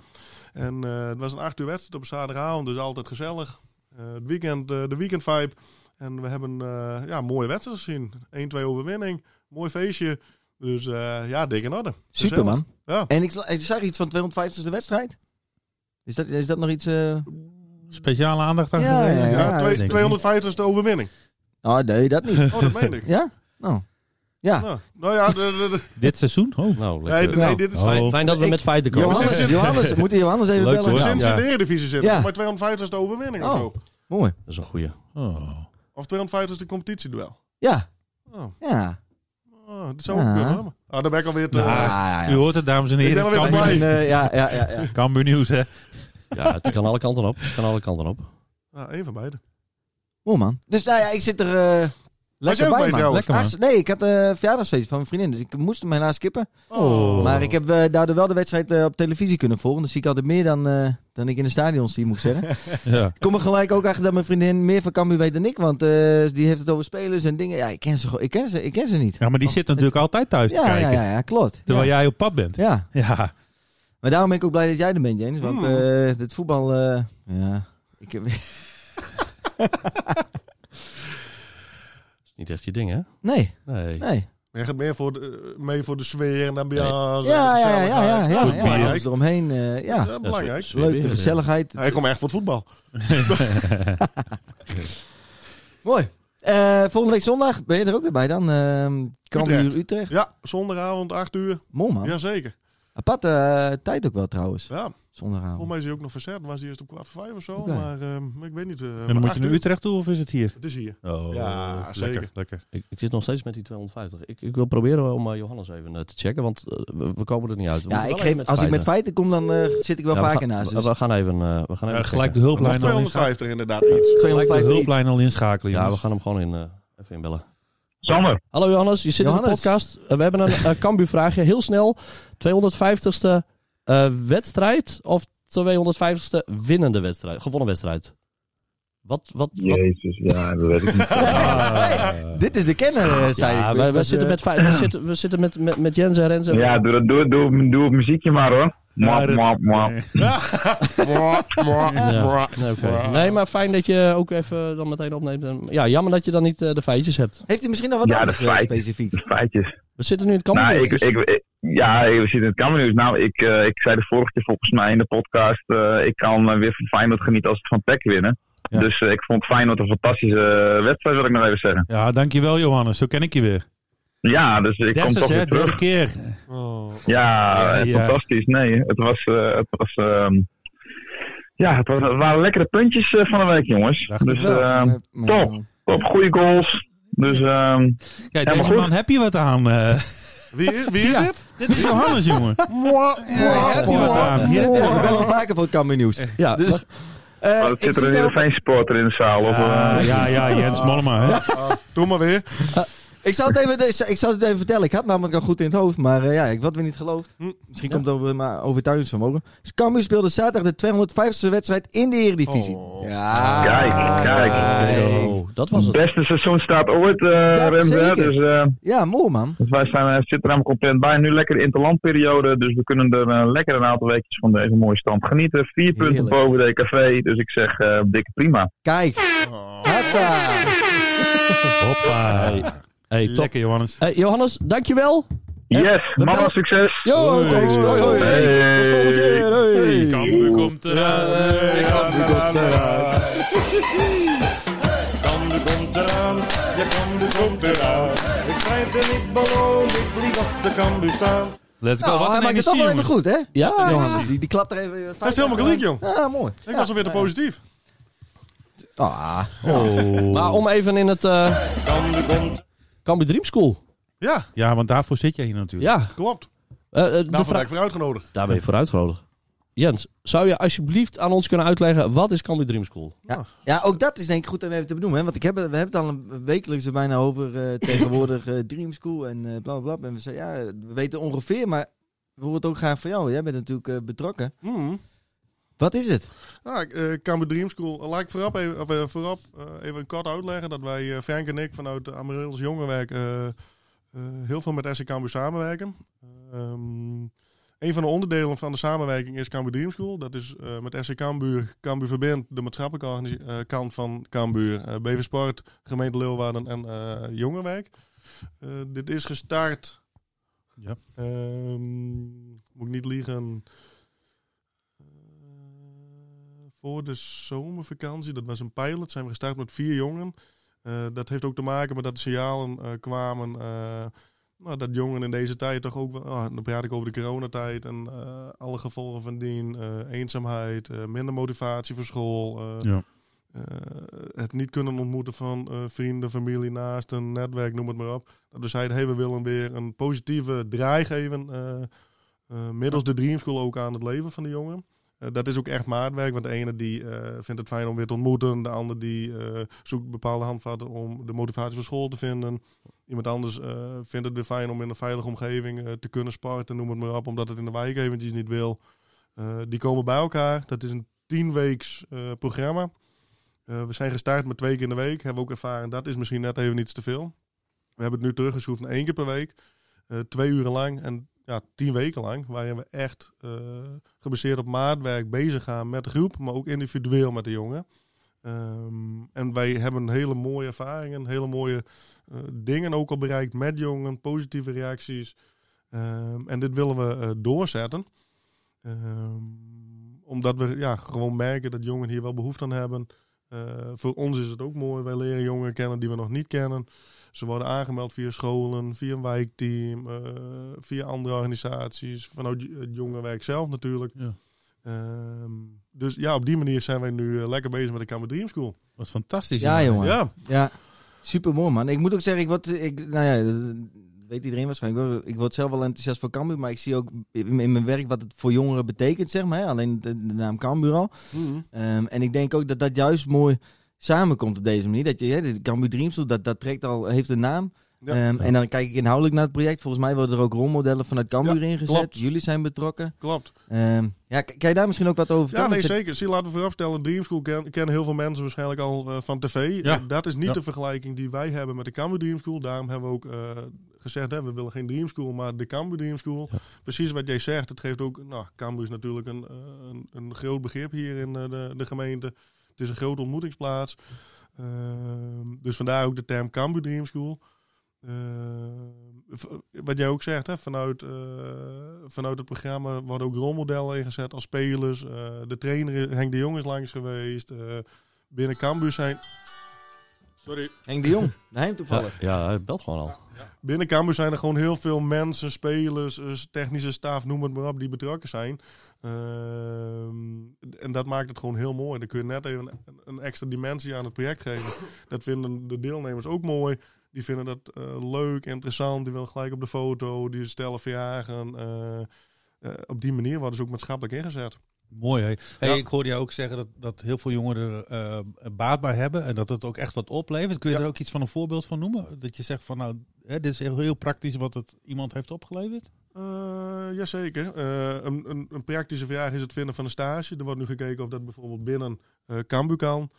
Speaker 5: En eh, het was een acht uur wedstrijd op zaterdagavond, dus altijd gezellig. Eh, het weekend, eh, de weekend vibe. En we hebben eh, ja, een mooie wedstrijd gezien. 1-2 overwinning, mooi feestje. Dus eh, ja, dik in orde.
Speaker 1: Super, man.
Speaker 5: Ja.
Speaker 1: En ik, sla- ik zag iets van 250ste wedstrijd. Is dat, is dat nog iets... eh
Speaker 4: Speciale aandacht aan
Speaker 1: Ja,
Speaker 4: gegeven?
Speaker 1: ja, ja.
Speaker 5: Ja, twee-
Speaker 4: denk ik.
Speaker 5: 250ste overwinning.
Speaker 1: Oh, nee, dat niet.
Speaker 5: Oh, dat meen ik.
Speaker 1: Ja? Nou. Ja.
Speaker 5: Nou, nou ja, de- de- de-
Speaker 4: Dit seizoen? Oh.
Speaker 2: Nou,
Speaker 5: nee,
Speaker 2: lekker.
Speaker 5: nee, dit is
Speaker 4: Oh.
Speaker 2: Fijn, fijn dat we
Speaker 1: Ik-
Speaker 2: met feiten komen.
Speaker 5: Johan-
Speaker 1: Johannes, Johannes, moet die Johannes even
Speaker 2: Leuk,
Speaker 1: bellen?
Speaker 2: hoor.
Speaker 1: Ja.
Speaker 5: sinds
Speaker 2: Ja.
Speaker 5: in de Eredivisie zitten.
Speaker 1: Ja.
Speaker 5: Maar 250 e overwinning of
Speaker 1: Oh.
Speaker 5: zo.
Speaker 1: Mooi.
Speaker 2: Dat is een goeie.
Speaker 4: Oh.
Speaker 5: Of 250 e competitieduel.
Speaker 1: Ja.
Speaker 5: Oh.
Speaker 1: Ja.
Speaker 5: Oh, dat zou
Speaker 1: Ja.
Speaker 5: ook kunnen. hoor. Ah, dan ben ik alweer te...
Speaker 4: Nou,
Speaker 1: Ah,
Speaker 5: Ja,
Speaker 1: ja, ja.
Speaker 4: U hoort het, dames en
Speaker 5: Ik
Speaker 4: heren.
Speaker 5: ben alweer
Speaker 1: En,
Speaker 5: bij.
Speaker 4: Cambuur,
Speaker 1: eh, ja, ja, ja, ja.
Speaker 4: Cambuur nieuws, hè?
Speaker 2: Ja, het kan alle kanten op. Het kan alle kanten op.
Speaker 5: één van beiden.
Speaker 1: Mooi man. Dus nou ja, ik zit er eh lekker
Speaker 5: ook
Speaker 1: bij,
Speaker 5: bij
Speaker 1: man.
Speaker 5: trouwens?
Speaker 4: Lekker, man.
Speaker 1: Hartst- nee, ik had eh verjaardagsfeest van mijn vriendin, dus ik moest hem helaas skippen.
Speaker 5: Oh.
Speaker 1: Maar ik heb eh, daardoor wel de wedstrijd eh, op televisie kunnen volgen. Dus zie ik altijd meer dan, eh, dan ik in de stadion zie, moet ik zeggen.
Speaker 4: Ja.
Speaker 1: Ik kom er gelijk ook achter dat mijn vriendin meer van Cambuur weet dan ik. Want eh, die heeft het over spelers en dingen. Ja, ik ken ze, gewoon- ik ken ze, ik ken ze niet.
Speaker 4: ja, maar die zit natuurlijk altijd thuis te
Speaker 1: Ja, ja,
Speaker 4: kijken.
Speaker 1: ja, ja, klopt.
Speaker 4: Terwijl
Speaker 1: ja.
Speaker 4: jij op pad bent.
Speaker 1: ja.
Speaker 4: Ja.
Speaker 1: Maar daarom ben ik ook blij dat jij er bent, Jens. Want
Speaker 5: Hmm.
Speaker 1: eh, het voetbal... eh, ja, ik heb...
Speaker 2: is niet echt je ding, hè?
Speaker 1: Nee,
Speaker 2: Nee.
Speaker 1: nee.
Speaker 5: Jij gaat meer voor de, eh, mee voor de sfeer en de ambiance.
Speaker 1: Ja,
Speaker 5: en
Speaker 1: ja, ja,
Speaker 5: gezelligheid.
Speaker 1: ja, ja, ja,
Speaker 5: Dat is
Speaker 1: ja,
Speaker 5: belangrijk.
Speaker 1: alles eromheen. eh, ja,
Speaker 5: Dat is belangrijk.
Speaker 2: Ja,
Speaker 1: leuk, de
Speaker 2: weer,
Speaker 1: gezelligheid.
Speaker 5: Hij komt echt voor het voetbal.
Speaker 1: Mooi. Eh, volgende week zondag ben je er ook weer bij dan. ehm Cambuur Utrecht.
Speaker 5: Utrecht. Ja, zondagavond, 8 uur.
Speaker 1: Mooi man.
Speaker 5: Jazeker.
Speaker 1: Aparte eh, tijd ook wel trouwens.
Speaker 5: Ja, volgens
Speaker 1: Zondagavond.
Speaker 5: mij is hij ook nog verzet. Was hij eerst op kwart voor vijf of zo.
Speaker 1: Oké.
Speaker 5: Maar ehm, ik weet niet. eh,
Speaker 4: En dan
Speaker 5: maar
Speaker 4: moet
Speaker 5: 8
Speaker 4: je naar
Speaker 5: uur,
Speaker 4: Utrecht toe of is het hier?
Speaker 5: Het is hier.
Speaker 4: Oh,
Speaker 5: Ja, zeker.
Speaker 4: Lekker, lekker.
Speaker 2: eh, Ik, ik zit nog steeds met die 250. Ik, ik wil proberen om eh, Johannes even eh, te checken, want eh, we, we komen er niet uit. We
Speaker 1: Ja, ik
Speaker 2: moeten wel
Speaker 1: geef,
Speaker 2: even
Speaker 1: als ik met feiten
Speaker 2: feiten.
Speaker 1: kom, dan eh, zit ik wel
Speaker 2: Ja, we
Speaker 1: vaker
Speaker 2: gaan-
Speaker 1: naast.
Speaker 2: we-
Speaker 1: Dus
Speaker 2: We gaan even, eh, we gaan even
Speaker 4: Ja, gelijk
Speaker 2: checken.
Speaker 4: de hulplijn al inschakelen.
Speaker 5: 250 inderdaad iets.
Speaker 4: Gelijk de
Speaker 1: 250
Speaker 4: hulplijn al inschakelen,
Speaker 2: Ja,
Speaker 4: jongens.
Speaker 2: we gaan hem gewoon in, eh, even inbellen.
Speaker 3: Sander.
Speaker 2: Hallo Johannes, je zit in de
Speaker 1: Johannes.
Speaker 2: podcast. Eh, we hebben een eh, Cambuur-vraagje. Heel snel, 250ste eh, wedstrijd of 250ste winnende wedstrijd? Gewonnen wedstrijd. Wat, wat, wat?
Speaker 7: Jezus, ja, dat weet ik niet.
Speaker 1: iets. Dit is de kenner, eh, zei ik.
Speaker 2: Ah, Ja,
Speaker 1: Dat
Speaker 2: we, we
Speaker 1: was,
Speaker 2: zitten
Speaker 1: eh,
Speaker 2: met, vijf- we zitten, we zitten met, met, met Jens en Rens. en-
Speaker 7: Ja, doe, het- doe, het- doe, het- doe het muziekje maar hoor.
Speaker 5: Maar, eh,
Speaker 7: mwah, mwah.
Speaker 5: nee.
Speaker 2: Ja. Nee, oké. nee, maar fijn dat je ook even dan meteen opneemt. En, ja, jammer dat je dan niet eh, de feitjes hebt.
Speaker 1: Heeft hij misschien nog wat
Speaker 7: Ja,
Speaker 1: anders
Speaker 7: dat is
Speaker 1: eh,
Speaker 7: fijn.
Speaker 2: Ehm,
Speaker 1: specifiek?
Speaker 7: Feitjes.
Speaker 2: We zitten nu in het Dus-
Speaker 7: Nou,
Speaker 2: kampioen.
Speaker 7: ik,
Speaker 4: dus.
Speaker 7: ik, ik- ja, we zitten in het Kamernieuws. Nou, ik, eh, ik zei de vorige keer volgens mij in de podcast... eh, ik kan eh, weer van Feyenoord genieten als ze van PEC winnen.
Speaker 2: Ja.
Speaker 7: Dus eh, ik vond Feyenoord een fantastische eh, wedstrijd, wil ik nog even zeggen.
Speaker 4: Ja, dankjewel Johannes. Zo ken ik je weer.
Speaker 7: Ja, dus ik kom
Speaker 4: Dessers,
Speaker 7: toch
Speaker 4: hè,
Speaker 7: weer terug.
Speaker 4: derde keer.
Speaker 5: Oh.
Speaker 7: Ja,
Speaker 4: Ja,
Speaker 7: eh,
Speaker 4: ja.
Speaker 7: fantastisch. Nee, het was... eh, het was ehm, ja, het, was, het waren lekkere puntjes eh, van de week, jongens.
Speaker 4: Dacht
Speaker 7: dus
Speaker 4: ik wel.
Speaker 7: ehm,
Speaker 1: Eh, maar-
Speaker 7: top. top, goede goals. Dus ehm,
Speaker 4: Kijk,
Speaker 7: Ja, maar
Speaker 4: deze
Speaker 7: goed.
Speaker 4: man heb je wat aan. eh.
Speaker 5: Wie, is- wie is
Speaker 4: Ja.
Speaker 5: dit?
Speaker 4: dit is Johannes, jongen.
Speaker 1: Ja, heb je wat aan?
Speaker 4: Hier-
Speaker 1: Ja, Ik ben al vaker voor het Cambuur nieuws.
Speaker 2: ja, dus,
Speaker 1: Eh,
Speaker 7: wat
Speaker 1: ik
Speaker 7: oh, zit er
Speaker 1: zie
Speaker 7: een
Speaker 1: nou-
Speaker 7: hele fijn supporter in de zaal? Of,
Speaker 4: Ja,
Speaker 7: eh,
Speaker 4: ja, ja, Jens Mollema. Hè?
Speaker 5: Ah, doe maar weer.
Speaker 1: Ik zal, het even, ik zal het even vertellen. Ik had het namelijk al goed in het hoofd, maar eh, ja, ik had weer niet geloofd.
Speaker 5: Hm.
Speaker 1: Misschien komt het over mijn overtuigingsvermogen. Dus Cambuur speelde zaterdag de 250ste wedstrijd in de Eredivisie.
Speaker 5: Oh.
Speaker 1: Ja.
Speaker 7: Kijk, kijk.
Speaker 2: oh, dat was het.
Speaker 7: eh, Beste seizoen staat ooit, eh
Speaker 1: Dat
Speaker 7: Remze.
Speaker 1: zeker.
Speaker 7: Dus eh,
Speaker 1: Ja, mooi man.
Speaker 7: wij zijn, eh, zitten er allemaal content bij. Nu lekker de interlandperiode, dus we kunnen er eh, lekker een aantal weekjes van deze mooie stand genieten. Vier punten
Speaker 1: Heerlijk.
Speaker 7: boven de café, dus ik zeg eh, dikke prima.
Speaker 1: Kijk.
Speaker 5: Oh.
Speaker 1: Hatsa.
Speaker 4: Hoppa.
Speaker 2: Hey, top.
Speaker 4: Lekker, Johannes.
Speaker 2: Hey, Johannes, dankjewel. Eh,
Speaker 7: Yes,
Speaker 2: we
Speaker 7: mannen
Speaker 2: bellen-
Speaker 7: succes!
Speaker 2: Yo,
Speaker 4: Hoi.
Speaker 2: tot- hoi, hoi.
Speaker 7: Hey.
Speaker 2: Tot volgende keer. Hey.
Speaker 5: Cambuur
Speaker 4: komt
Speaker 6: Cambuur komt eraan, ja Cambuur komt eraan. Ik schrijf er niet ballon, ik blijf achter Cambuur staan.
Speaker 4: Let's go.
Speaker 1: Nou,
Speaker 4: wat
Speaker 1: hij
Speaker 4: een
Speaker 1: maakt het toch
Speaker 4: energie,
Speaker 1: wel even
Speaker 4: jongens.
Speaker 1: goed, hè?
Speaker 2: Ja,
Speaker 1: Johannes, die, die klapt er even. wat
Speaker 5: Hij is
Speaker 1: vaker
Speaker 5: helemaal
Speaker 1: aan.
Speaker 5: gelijk, jong.
Speaker 1: Ah, mooi.
Speaker 5: Ik was alweer te positief.
Speaker 1: Ah,
Speaker 4: Oh.
Speaker 2: maar om even in het eh
Speaker 6: Cambuur komt,
Speaker 2: Cambuur Dream School.
Speaker 5: Ja,
Speaker 4: Ja, want daarvoor zit jij hier natuurlijk.
Speaker 2: Ja,
Speaker 5: klopt.
Speaker 2: eh, eh, de
Speaker 5: Daarvoor ben
Speaker 2: vraag.
Speaker 5: ik voor uitgenodigd.
Speaker 2: Daar ben je voor uitgenodigd. Jens, zou je alsjeblieft aan ons kunnen uitleggen wat is Cambuur Dream School?
Speaker 1: ja. ja, ook dat is denk ik goed om even te benoemen. Hè? Want ik heb, het- we hebben het al een wekelijks er bijna over eh, tegenwoordig eh, Dream School en eh bla bla bla. En we zeiden, ja, we weten ongeveer, maar we horen het ook graag van jou. Jij bent natuurlijk eh, betrokken.
Speaker 5: Mm.
Speaker 1: Wat is het?
Speaker 5: Ja, ik, eh, Cambuur Dream School. Eh, Laat ik voorop even, of, eh, voorop, eh, even kort uitleggen dat wij, eh, Frank en ik, vanuit de Amarils Jongerenwerk eh, eh, heel veel met SC Cambuur samenwerken. Ehm, een van de onderdelen van de samenwerking is Cambuur Dream School. Dat is eh, met SC Cambuur, Cambuur Verbind, de maatschappelijke organis- eh, kant van Cambuur, eh BV Sport, gemeente Leeuwarden en eh Jongerenwerk. Eh, dit is gestart...
Speaker 4: Ja.
Speaker 5: Ehm, moet ik niet liegen... Eh, voor de zomervakantie. Dat was een pilot. Zijn we gestart met vier jongen. Eh, dat heeft ook te maken met dat de signalen eh, kwamen. eh, nou, dat jongeren in deze tijd toch ook wel. ah, dan praat ik over de coronatijd en eh, alle gevolgen van dien. eh, eenzaamheid, eh, minder motivatie voor school. eh,
Speaker 4: Ja.
Speaker 5: eh, het niet kunnen ontmoeten van eh, vrienden, familie, naasten, netwerk, noem het maar op. Dat we zeiden, hey, we willen weer een positieve draai geven. eh, eh, middels de Dream School ook aan het leven van de jongen. Eh, dat is ook echt maatwerk, want de ene die eh, vindt het fijn om weer te ontmoeten, de ander die eh, zoekt bepaalde handvatten om de motivatie voor school te vinden. Iemand anders eh, vindt het weer fijn om in een veilige omgeving eh, te kunnen sporten, noem het maar op, omdat het in de wijk eventjes niet wil. Eh, die komen bij elkaar. Dat is een tienweeks eh programma. Eh, we zijn gestart met twee keer in de week. Hebben we ook ervaren, dat is misschien net even iets te veel. We hebben het nu teruggeschroefd naar één keer per week. Eh, twee uren lang en ja, tien weken lang. Waarin we echt eh, gebaseerd op maatwerk bezig gaan met de groep, maar ook individueel met de jongen. Ehm, en wij hebben hele mooie ervaringen, hele mooie eh, dingen ook al bereikt met jongen, positieve reacties. Ehm, en dit willen we eh, doorzetten. Ehm, omdat we ja, gewoon merken dat jongen hier wel behoefte aan hebben. Eh, voor ons is het ook mooi. Wij leren jongeren kennen die we nog niet kennen. Ze worden aangemeld via scholen, via een wijkteam, eh, via andere organisaties, vanuit j- het jongerenwerk zelf natuurlijk.
Speaker 4: Ja.
Speaker 5: Ehm, dus ja, op die manier zijn wij nu eh, lekker bezig met de Kamer Dream School.
Speaker 4: Wat fantastisch.
Speaker 1: Ja, jongen. Ja.
Speaker 5: Ja,
Speaker 1: super mooi, man. Ik moet ook zeggen, ik word, ik, nou ja, dat weet iedereen waarschijnlijk. wel. Ik word zelf wel enthousiast voor Cambuur, maar ik zie ook in in mijn werk wat het voor jongeren betekent, zeg maar. hè. Alleen de, de naam Cambuur al.
Speaker 5: Mhm,
Speaker 1: Ehm, en ik denk ook dat dat juist mooi samenkomt op deze manier. Dat je, hè, de Cambuur Dreamstoel, dat, dat trekt al, heeft een naam.
Speaker 5: Ja.
Speaker 1: Ehm, en dan kijk ik inhoudelijk naar het project. Volgens mij worden er ook rolmodellen vanuit Cambuur ingezet.
Speaker 5: klopt.
Speaker 1: Jullie zijn betrokken.
Speaker 5: Klopt.
Speaker 1: Ehm, ja, k- kan je daar misschien ook wat over
Speaker 5: Ja,
Speaker 1: vertellen?
Speaker 5: nee,
Speaker 1: Want ze-
Speaker 5: zeker. Zie, laten we vooropstellen, Dream School ken- kennen heel veel mensen waarschijnlijk al eh, van tv.
Speaker 4: Ja.
Speaker 5: Eh, Dat is niet
Speaker 4: Ja.
Speaker 5: de vergelijking die wij hebben met de Cambuur Dream School. Daarom hebben we ook eh, gezegd, hè, we willen geen Dream School, maar de Cambuur Dream School. Precies wat jij zegt, het geeft ook... Nou, Cambuur is natuurlijk een, eh, een, een groot begrip hier in eh, de, de gemeente. Het is een grote ontmoetingsplaats. Ehm, dus vandaar ook de term Cambuur Dream School. Ehm, v- wat jij ook zegt, hè, vanuit, eh, vanuit het programma worden ook rolmodellen ingezet als spelers. Eh, de trainer is- Henk de Jong is langs geweest. eh, binnen Cambuur zijn... Sorry.
Speaker 1: Henk de Jong, naar hem
Speaker 2: Ja,
Speaker 1: toevallig.
Speaker 2: ja, hij belt gewoon al.
Speaker 5: Binnen Cambuur zijn er gewoon heel veel mensen, spelers, eh, technische staf, noem het maar op, die betrokken zijn. Ehm, en dat maakt het gewoon heel mooi. Dan kun je net even een, een extra dimensie aan het project geven. Dat vinden de deelnemers ook mooi. Die vinden dat eh, leuk, interessant. Die willen gelijk op de foto. Die stellen vragen. eh, eh, op die manier worden ze ook maatschappelijk ingezet.
Speaker 4: Mooi, hè? Hey,
Speaker 5: Ja.
Speaker 4: Ik hoorde jou ook zeggen dat, dat heel veel jongeren er eh, baat bij hebben en dat het ook echt wat oplevert. Kun je
Speaker 5: Ja.
Speaker 4: er ook iets van een voorbeeld van noemen? Dat je zegt van nou, hè, dit is heel, heel praktisch wat het iemand heeft opgeleverd.
Speaker 5: Eh, jazeker. Eh, een, een, een praktische vraag is het vinden van een stage. Er wordt nu gekeken of dat bijvoorbeeld binnen eh Cambuur kan.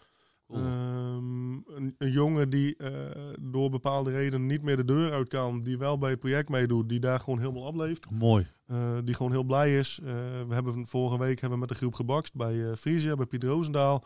Speaker 4: Cool.
Speaker 5: Ehm, een, een jongen die eh, door bepaalde redenen niet meer de deur uit kan, die wel bij het project meedoet, die daar gewoon helemaal opleeft.
Speaker 4: Mooi.
Speaker 5: Eh, die gewoon heel blij is. Eh, we hebben van- vorige week hebben we met de groep gebokst bij eh Frisia, bij Piet Roosendaal.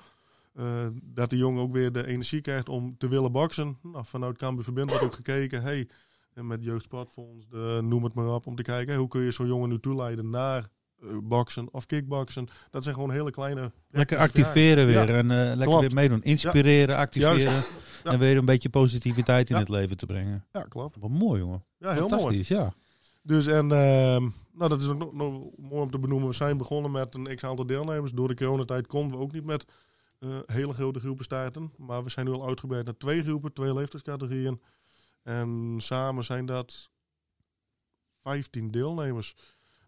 Speaker 5: Eh, dat de jongen ook weer de energie krijgt om te willen boksen. Nou, vanuit Cambuur Verbind wordt ook gekeken. Hey, en met Jeugdsportfonds, de, noem het maar op. Om te kijken, hey, hoe kun je zo'n jongen nu toeleiden naar eh, boksen of kickboksen. Dat zijn gewoon hele kleine...
Speaker 4: Lekker
Speaker 5: praktische
Speaker 4: activeren weer
Speaker 5: vragen.
Speaker 4: en eh, lekker
Speaker 5: Klopt.
Speaker 4: weer meedoen. Inspireren, activeren
Speaker 5: Ja.
Speaker 4: en weer een beetje positiviteit in
Speaker 5: Ja.
Speaker 4: het leven te brengen.
Speaker 5: Ja, ja, klopt.
Speaker 4: Wat mooi jongen.
Speaker 5: Ja, heel mooi.
Speaker 4: Fantastisch, ja.
Speaker 5: Dus en, ehm, nou dat is ook nog, nog mooi om te benoemen. We zijn begonnen met een x-aantal deelnemers. Door de coronatijd konden we ook niet met eh, hele grote groepen starten. Maar we zijn nu al uitgebreid naar twee groepen, twee leeftijdscategorieën. En samen zijn dat 15 deelnemers.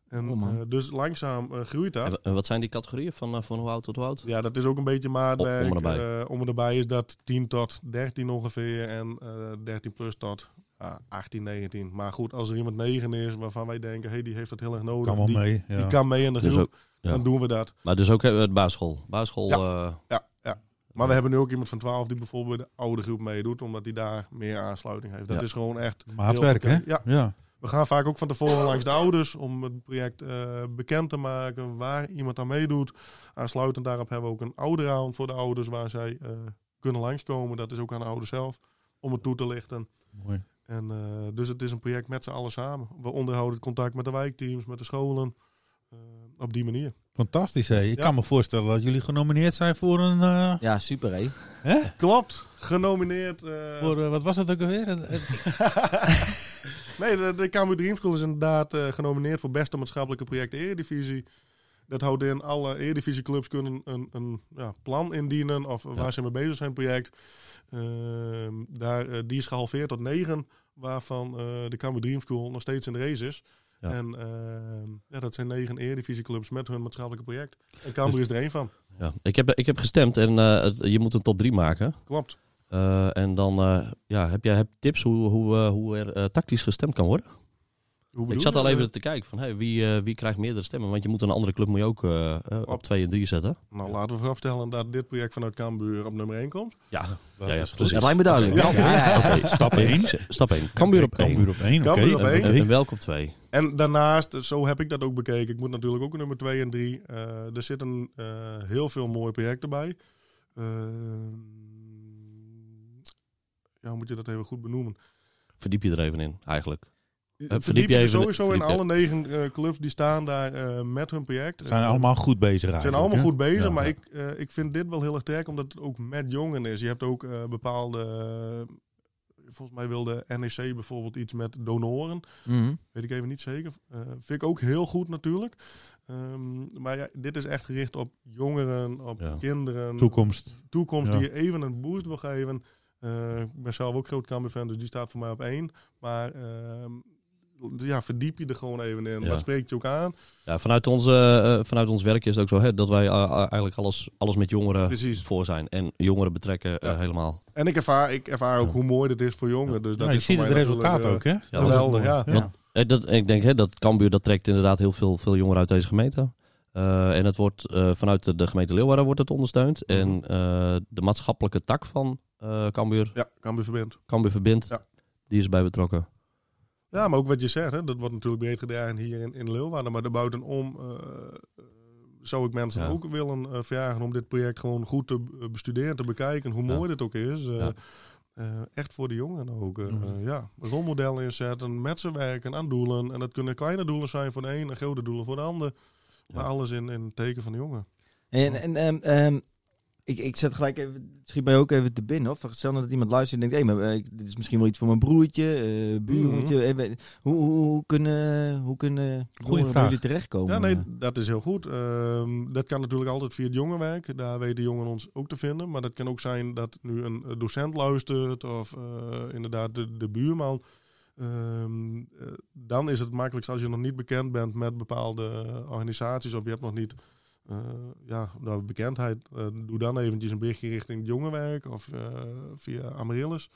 Speaker 5: En,
Speaker 1: Oh, man.
Speaker 5: eh, dus langzaam eh, groeit dat.
Speaker 2: En wa- en wat zijn die categorieën van, eh, van hoe oud tot hoe oud?
Speaker 5: Ja, dat is ook een beetje
Speaker 2: Om-
Speaker 5: maatwerk.
Speaker 2: om en
Speaker 5: Eh, om en erbij is dat 10 tot 13 ongeveer en eh, 13 plus tot ah, 18, 19. Maar goed, als er iemand 9 is waarvan wij denken, hey, die heeft dat heel erg nodig.
Speaker 4: Kan wel
Speaker 5: die,
Speaker 4: mee.
Speaker 5: die
Speaker 4: Ja.
Speaker 5: kan mee in de
Speaker 2: Dus
Speaker 5: groep,
Speaker 2: ook- ja.
Speaker 5: dan doen we dat.
Speaker 2: Maar dus ook eh, het basisschool. Basisschool, eh,
Speaker 5: Ja, ja. Maar we hebben nu ook iemand van 12 die bijvoorbeeld bij de oude groep meedoet, omdat die daar meer aansluiting heeft. Dat
Speaker 2: Ja.
Speaker 5: is gewoon echt... heel
Speaker 4: Maatwerk, hè?
Speaker 5: oké. Ja,
Speaker 4: Ja.
Speaker 5: we gaan vaak ook van tevoren langs de ouders om het project eh, bekend te maken, waar iemand aan meedoet. Aansluitend daarop hebben we ook een ouderround voor de ouders waar zij eh, kunnen langskomen. Dat is ook aan de ouders zelf om het toe te lichten.
Speaker 4: Mooi.
Speaker 5: En, eh, dus het is een project met z'n allen samen. We onderhouden het contact met de wijkteams, met de scholen. eh, op die manier.
Speaker 4: Fantastisch, hè? Ik
Speaker 5: Ja.
Speaker 4: kan me voorstellen dat jullie genomineerd zijn voor een... eh,
Speaker 1: Ja, super hé.
Speaker 5: Klopt. Genomineerd. eh,
Speaker 4: voor, eh, wat was dat ook alweer? Een- een-
Speaker 5: Nee, de, de KMU Dream School is inderdaad eh, genomineerd voor beste maatschappelijke project Eredivisie. Dat houdt in, alle Eredivisieclubs kunnen een, een ja, plan indienen of waar ze mee bezig zijn project. Ehm, daar, eh, die is gehalveerd tot negen, waarvan eh, de KMU Dream School nog steeds in de race is.
Speaker 2: Ja.
Speaker 5: En ehm, ja, dat zijn negen Eredivisieclubs met hun maatschappelijk project. En
Speaker 2: Dus
Speaker 5: Cambuur is er één van.
Speaker 2: ja. Ik, heb, ik heb gestemd en eh, het- je moet een top 3 maken.
Speaker 5: Klopt.
Speaker 2: Eh, en dan eh, ja, heb jij heb je tips hoe, hoe, eh, hoe er eh, tactisch gestemd kan worden.
Speaker 5: Hoe bedoel
Speaker 2: Ik zat
Speaker 5: je
Speaker 2: al
Speaker 5: dat?
Speaker 2: even te kijken van hey, wie, eh, wie krijgt meerdere stemmen. Want je moet een andere club moet je ook eh, eh, op
Speaker 5: Op.
Speaker 2: 2 en 3 zetten.
Speaker 5: Nou, laten we vooropstellen dat dit project vanuit Cambuur op nummer 1 komt.
Speaker 2: Ja,
Speaker 4: dat
Speaker 2: ja, ja,
Speaker 4: is goed.
Speaker 2: precies.
Speaker 1: Dat lijkt me duidelijk.
Speaker 5: Ja.
Speaker 2: Oké, stap 1. Stap 1. Cambuur op 1.
Speaker 4: Cambuur op één, oké.
Speaker 5: Cambuur op
Speaker 2: En,
Speaker 5: één.
Speaker 2: en, en welk op 2?
Speaker 5: En daarnaast, eh, zo heb ik dat ook bekeken. Ik moet natuurlijk ook nummer 2 en 3. er zitten eh, heel veel mooie projecten bij. Ehm, ja, hoe moet je dat even goed benoemen?
Speaker 2: Verdiep je er even in, eigenlijk.
Speaker 5: Verdiep,
Speaker 2: Eh, verdiep je
Speaker 5: je,
Speaker 2: even-
Speaker 5: sowieso in
Speaker 2: verdiep je-
Speaker 5: alle negen eh, clubs die staan daar eh, met hun project.
Speaker 4: Zijn
Speaker 5: Eh,
Speaker 4: allemaal goed bezig eigenlijk.
Speaker 5: zijn allemaal
Speaker 4: hè?
Speaker 5: goed bezig,
Speaker 4: Ja,
Speaker 5: maar
Speaker 4: ja.
Speaker 5: Ik, eh, ik vind dit wel heel erg sterk, omdat het ook met jongen is. Je hebt ook eh, bepaalde... eh, volgens mij wilde NEC bijvoorbeeld iets met donoren.
Speaker 1: Mhm.
Speaker 5: Weet ik even niet zeker. Eh, vind ik ook heel goed natuurlijk. Ehm, maar ja, dit is echt gericht op jongeren, op
Speaker 2: Ja.
Speaker 5: kinderen.
Speaker 4: Toekomst.
Speaker 5: Toekomst
Speaker 4: Ja.
Speaker 5: die je even een boost wil geven. Eh, ik ben zelf ook groot Cambuur fan, dus die staat voor mij op één. Maar ehm, ja, verdiep je er gewoon even in.
Speaker 2: Ja.
Speaker 5: Wat spreekt je ook aan?
Speaker 2: Ja, vanuit, onze, eh, vanuit ons werk is het ook zo hè, dat wij eh, eh, eigenlijk alles, alles met jongeren
Speaker 5: Precies.
Speaker 2: voor zijn. En jongeren betrekken eh,
Speaker 5: Ja.
Speaker 2: helemaal.
Speaker 5: En ik ervaar, ik ervaar ook
Speaker 2: Ja.
Speaker 5: hoe mooi dit is voor jongeren. Dus dat
Speaker 4: Nou,
Speaker 5: is
Speaker 4: je ziet
Speaker 5: voor
Speaker 4: het
Speaker 5: mij
Speaker 4: resultaat ook,
Speaker 5: natuurlijk,
Speaker 4: hè?
Speaker 5: eh,
Speaker 2: Ja, dat is
Speaker 5: Geweldig, ja.
Speaker 4: Ja.
Speaker 2: Eh, dat, ik denk hè, dat Cambuur dat trekt inderdaad heel veel, veel jongeren uit deze gemeente. Eh, en het wordt eh, vanuit de, de gemeente Leeuwarden wordt het ondersteund.
Speaker 5: Mhm.
Speaker 2: En eh, de maatschappelijke tak van eh Cambuur,
Speaker 5: Ja, kan verbind.
Speaker 2: Cambuur Verbind,
Speaker 5: Ja.
Speaker 2: die is bij betrokken.
Speaker 5: Ja, maar ook wat je zegt, hè, dat wordt natuurlijk breed gedragen hier in, in Leeuwarden. Maar de buitenom eh, zou ik mensen
Speaker 2: Ja.
Speaker 5: ook willen eh, vragen om dit project gewoon goed te eh, bestuderen, te bekijken. Hoe
Speaker 2: Ja.
Speaker 5: mooi dit ook is. eh,
Speaker 2: Ja.
Speaker 5: eh, echt voor de jongeren ook. eh,
Speaker 4: Mhm.
Speaker 5: eh, ja, rolmodellen inzetten, met ze werken aan doelen. En dat kunnen kleine doelen zijn voor de een en grote doelen voor de ander. Maar
Speaker 2: Ja.
Speaker 5: alles in, in het teken van de jongen.
Speaker 1: En, en ehm, ehm, ik, ik zat gelijk even, het schiet mij ook even te binnen. Of stel nou dat iemand luistert en denkt, hé, maar eh, ik- dit is misschien wel iets voor mijn broertje, eh buurtje. eh, we- hoe, hoe, hoe kunnen, hoe kunnen jongeren bij
Speaker 4: vraag.
Speaker 1: jullie terechtkomen?
Speaker 5: Ja,
Speaker 2: eh,
Speaker 5: nee, dat is heel goed. Ehm, dat kan natuurlijk altijd via het jongenwerk. Daar weten jongeren ons ook te vinden. Maar dat kan ook zijn dat nu een eh, docent luistert of eh, inderdaad de, de buurman. Ehm, eh, dan is het makkelijkst als je nog niet bekend bent met bepaalde eh, organisaties of je hebt nog niet eh, ja, nou, bekendheid. eh, doe dan eventjes een berichtje richting het jongenwerk of eh, via Amaryllis.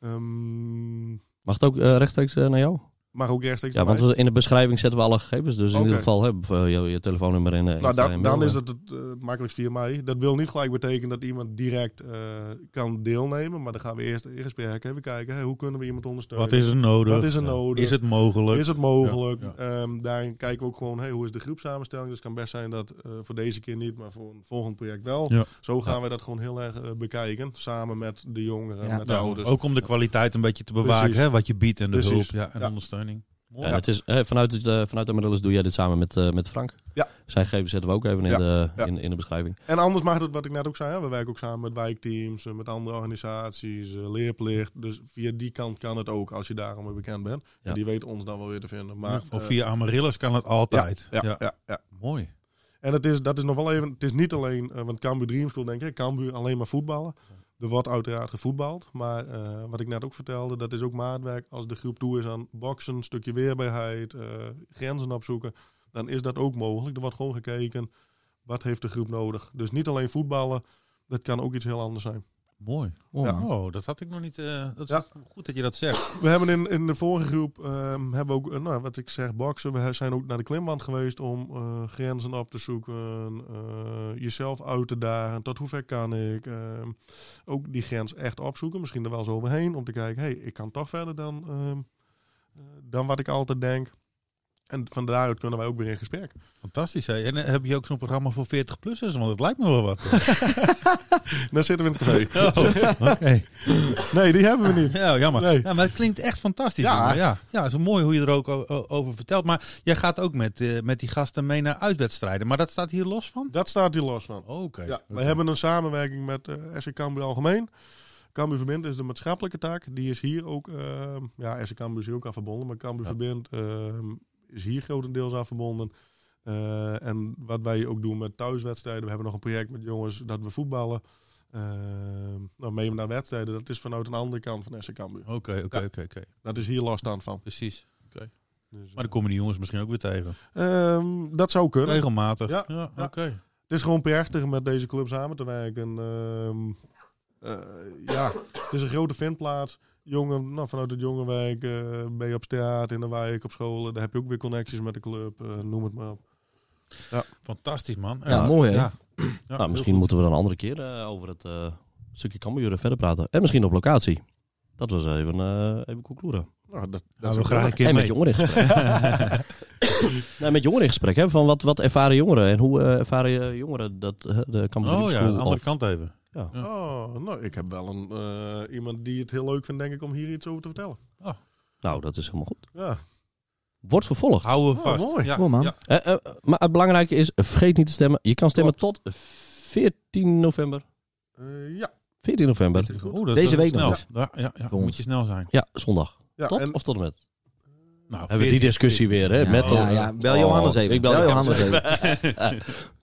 Speaker 5: Ehm,
Speaker 2: Mag het ook eh, rechtstreeks eh, naar jou?
Speaker 5: maar ook rechtstreeks
Speaker 2: Ja,
Speaker 5: bij
Speaker 2: want we- in de beschrijving zetten we alle gegevens. Dus in
Speaker 5: Oké.
Speaker 2: ieder geval hè, bijvoorbeeld je, je telefoonnummer en. eh,
Speaker 5: Nou,
Speaker 2: Insta en
Speaker 5: dan, dan
Speaker 2: mail.
Speaker 5: is het het eh, makkelijkst via mij. Dat wil niet gelijk betekenen dat iemand direct eh, kan deelnemen. Maar dan gaan we eerst in gesprek even kijken. hè, hoe kunnen we iemand ondersteunen?
Speaker 4: Wat is er nodig?
Speaker 5: Wat is er nodig?
Speaker 4: Is het mogelijk?
Speaker 5: Is het mogelijk?
Speaker 4: Ja,
Speaker 5: Ehm, daarin kijken we ook gewoon, hey, hoe is de groepsamenstelling? Dus het kan best zijn dat eh, voor deze keer niet, maar voor een volgend project wel.
Speaker 4: Ja.
Speaker 5: Zo gaan
Speaker 2: Ja.
Speaker 5: we dat gewoon heel erg eh, bekijken. Samen met de jongeren,
Speaker 1: Ja.
Speaker 5: met de
Speaker 4: Ja,
Speaker 5: ouders.
Speaker 4: Ook om de kwaliteit een beetje te bewaken,
Speaker 5: nou, dus- Precies.
Speaker 4: hè, wat je biedt en de
Speaker 5: Precies.
Speaker 4: hulp ja, en
Speaker 5: Ja.
Speaker 4: ondersteuning.
Speaker 2: Ja, en het is, eh, vanuit, het, eh, vanuit Amaryllis doe jij dit samen met, eh, met Frank.
Speaker 5: Ja.
Speaker 2: Zijn gegevens zetten we ook even in,
Speaker 5: Ja,
Speaker 2: de,
Speaker 5: ja.
Speaker 2: In, in de beschrijving.
Speaker 5: En anders mag het, wat ik net ook zei, hè, we werken ook samen met wijkteams, eh, met andere organisaties, eh, leerplicht. Dus via die kant kan het ook, als je daarom weer bekend bent.
Speaker 2: Ja.
Speaker 5: En die weet ons dan wel weer te vinden. Maar,
Speaker 4: of
Speaker 5: eh,
Speaker 4: via Amaryllis kan het altijd.
Speaker 5: ja, ja. Ja,
Speaker 4: Mooi.
Speaker 5: En het is, dat is nog wel even, het is niet alleen, eh, want Cambuur Dream School denk ik, Cambuur alleen maar voetballen. Er wordt uiteraard gevoetbald, maar eh, wat ik net ook vertelde, dat is ook maatwerk. Als de groep toe is aan boksen, een stukje weerbaarheid, eh, grenzen opzoeken, dan is dat ook mogelijk. Er wordt gewoon gekeken, wat heeft de groep nodig? Dus niet alleen voetballen, dat kan ook iets heel anders zijn.
Speaker 4: Mooi.
Speaker 1: Oh, man.
Speaker 4: Oh, dat had ik nog niet. eh, dat is
Speaker 5: Ja.
Speaker 4: goed dat je dat zegt.
Speaker 5: We hebben in, in de vorige groep ehm, hebben we ook, eh, nou, wat ik zeg, boksen. We zijn ook naar de klimwand geweest om eh, grenzen op te zoeken. eh, jezelf uit te dagen. Tot hoe ver kan ik? ehm, ook die grens echt opzoeken. Misschien er wel eens overheen. Om te kijken, hey, ik kan toch verder dan, ehm, eh, dan wat ik altijd denk. En van daaruit kunnen wij ook weer in gesprek.
Speaker 4: Fantastisch. Hè. En eh, heb je ook zo'n programma voor 40-plussers? Want het lijkt me wel wat.
Speaker 5: Dan zitten we in het café.
Speaker 4: Oh, Oké.
Speaker 5: Nee, die hebben we niet.
Speaker 4: Ja, jammer.
Speaker 5: Nee.
Speaker 4: Ja, maar het klinkt echt fantastisch.
Speaker 5: Ja.
Speaker 4: jongen. ja. ja het is mooi hoe je er ook o- o- over vertelt. Maar jij gaat ook met, eh, met die gasten mee naar uitwedstrijden. Maar dat staat hier los van?
Speaker 5: Dat staat hier los van.
Speaker 4: Oké.
Speaker 5: Ja, we
Speaker 4: Oké.
Speaker 5: hebben een samenwerking met eh SC Cambuur Algemeen. Cambuur Verbind is de maatschappelijke taak. Die is hier ook, ehm, ja, SC Cambuur is hier ook aan verbonden. Maar Cambuur
Speaker 2: Ja.
Speaker 5: Verbind ehm, is hier grotendeels aan verbonden. Eh, en wat wij ook doen met thuiswedstrijden. We hebben nog een project met jongens dat we voetballen. Ehm nou, mee naar wedstrijden. Dat is vanuit een andere kant van SC Cambuur.
Speaker 4: Oké, oké,
Speaker 5: Ja.
Speaker 4: oké, oké.
Speaker 5: Dat is hier last aan van.
Speaker 4: Precies.
Speaker 5: Dus,
Speaker 4: Maar dan komen die jongens misschien ook weer tegen.
Speaker 5: eh, ehm, dat zou kunnen.
Speaker 4: Regelmatig.
Speaker 5: Ja,
Speaker 4: oké.
Speaker 5: ja. Het is gewoon prachtig om met deze club samen te werken. Ehm, eh, ja, het is een grote vindplaats. Jongen, nou, vanuit het jongenwijk eh, ben je op straat, in de wijk, op scholen. Daar heb je ook weer connecties met de club, eh, noem het maar op.
Speaker 4: Fantastisch, man.
Speaker 1: Ja, mooi, hè?
Speaker 4: Ja. Ja, heel
Speaker 2: nou, misschien
Speaker 4: goed.
Speaker 2: moeten we dan een andere keer eh, over het eh, stukje Cambuur verder praten. En misschien op locatie. Dat was even, eh even concluderen.
Speaker 5: Nou, dat,
Speaker 4: Gaan
Speaker 5: dat
Speaker 4: we
Speaker 5: is
Speaker 4: graag een keer
Speaker 2: En
Speaker 4: mee.
Speaker 2: met jongeren in gesprek. nee, met jongeren in gesprek. Hè, van wat, wat ervaren jongeren en hoe eh, ervaren eh, jongeren dat eh, de Cambuur
Speaker 4: Oh ja, aan de
Speaker 2: School
Speaker 4: andere
Speaker 2: of-
Speaker 4: kant even.
Speaker 5: Oh, nou, ik heb wel een, eh, iemand die het heel leuk vindt, denk ik, om hier iets over te vertellen.
Speaker 2: Nou, dat is helemaal goed.
Speaker 5: Ja,
Speaker 2: Wordt vervolgd.
Speaker 4: Houden we
Speaker 5: Oh,
Speaker 4: vast.
Speaker 5: mooi.
Speaker 4: Ja,
Speaker 1: Cool, man.
Speaker 4: ja.
Speaker 2: Eh, eh, maar het belangrijke is, vergeet niet te stemmen. Je kan stemmen tot 14 november.
Speaker 5: Eh, ja.
Speaker 2: 14 november.
Speaker 4: Oeh, dat-
Speaker 1: Deze
Speaker 4: dat is
Speaker 1: week nog.
Speaker 4: snel. Ja, ja, ja.
Speaker 1: Voor ons.
Speaker 4: Moet je snel zijn.
Speaker 2: Ja, zondag.
Speaker 5: ja
Speaker 2: tot
Speaker 5: en-
Speaker 2: of tot en met?
Speaker 4: Nou,
Speaker 2: Hebben we die
Speaker 4: 14.
Speaker 2: discussie weer, hè?
Speaker 1: Ja,
Speaker 2: Eh, met Oh,
Speaker 1: ja, ja. Bel Johannes even.
Speaker 2: Ik bel,
Speaker 1: Bel
Speaker 2: Johannes
Speaker 1: Johannes
Speaker 2: even.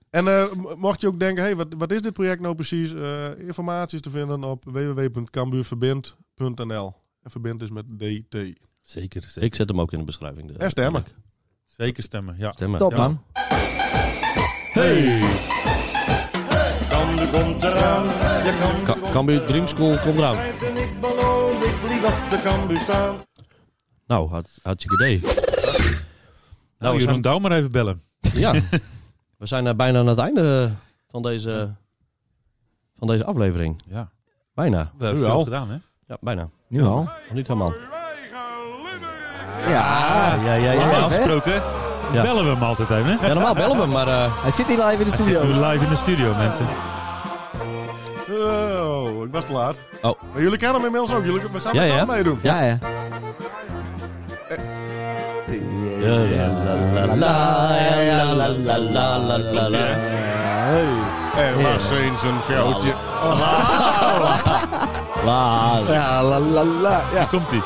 Speaker 5: En eh, m- mocht je ook denken, hey, wat, wat is dit project nou precies? Eh, informatie is te vinden op www.cambuurverbind.nl. En verbind is met DT.
Speaker 4: Zeker, zeker.
Speaker 2: Ik zet hem ook in de beschrijving. De-
Speaker 5: En stemmen.
Speaker 4: Zeker stemmen, ja.
Speaker 2: Stemmen.
Speaker 1: Top,
Speaker 4: Ja.
Speaker 1: man.
Speaker 6: Cambuur komt eraan, je kan
Speaker 2: Ka- Cambuur Dream School komt eraan.
Speaker 6: en ik beloon, ik vlieg op de Cambuur staan.
Speaker 2: Nou, had, hartstikke idee.
Speaker 4: Nou,
Speaker 2: we
Speaker 4: Jeroen
Speaker 2: zijn,
Speaker 4: Douw maar even bellen.
Speaker 2: ja, we zijn eh, bijna aan het einde eh, van deze, van deze aflevering.
Speaker 4: Ja.
Speaker 2: Bijna.
Speaker 4: We hebben
Speaker 5: Nu
Speaker 4: veel
Speaker 5: al.
Speaker 4: gedaan, hè?
Speaker 2: Ja, bijna.
Speaker 1: Nu al.
Speaker 2: Nog niet helemaal.
Speaker 1: Ja,
Speaker 2: Ja, ja, ja.
Speaker 1: Live,
Speaker 2: ja.
Speaker 1: hè?
Speaker 4: Afgesproken.
Speaker 2: Ja.
Speaker 4: Bellen we hem altijd even, hè?
Speaker 2: Ja, normaal bellen we, maar eh,
Speaker 1: hij zit hier live in de
Speaker 4: Zitten
Speaker 1: studio.
Speaker 4: we live in de studio, mensen.
Speaker 5: Oh, ik was te laat.
Speaker 2: Oh.
Speaker 5: Maar jullie kennen hem inmiddels ook. Jullie, we gaan
Speaker 2: Ja,
Speaker 5: met z'n
Speaker 2: ja.
Speaker 5: allen meedoen.
Speaker 1: Ja, ja.
Speaker 2: Ja, ja, la, la, la, ja, la, la, la, la, la, la.
Speaker 5: Er was eens een vrouwtje. Oh,
Speaker 2: La, la.
Speaker 1: Ja, la la la. Ja.
Speaker 4: Komt-ie.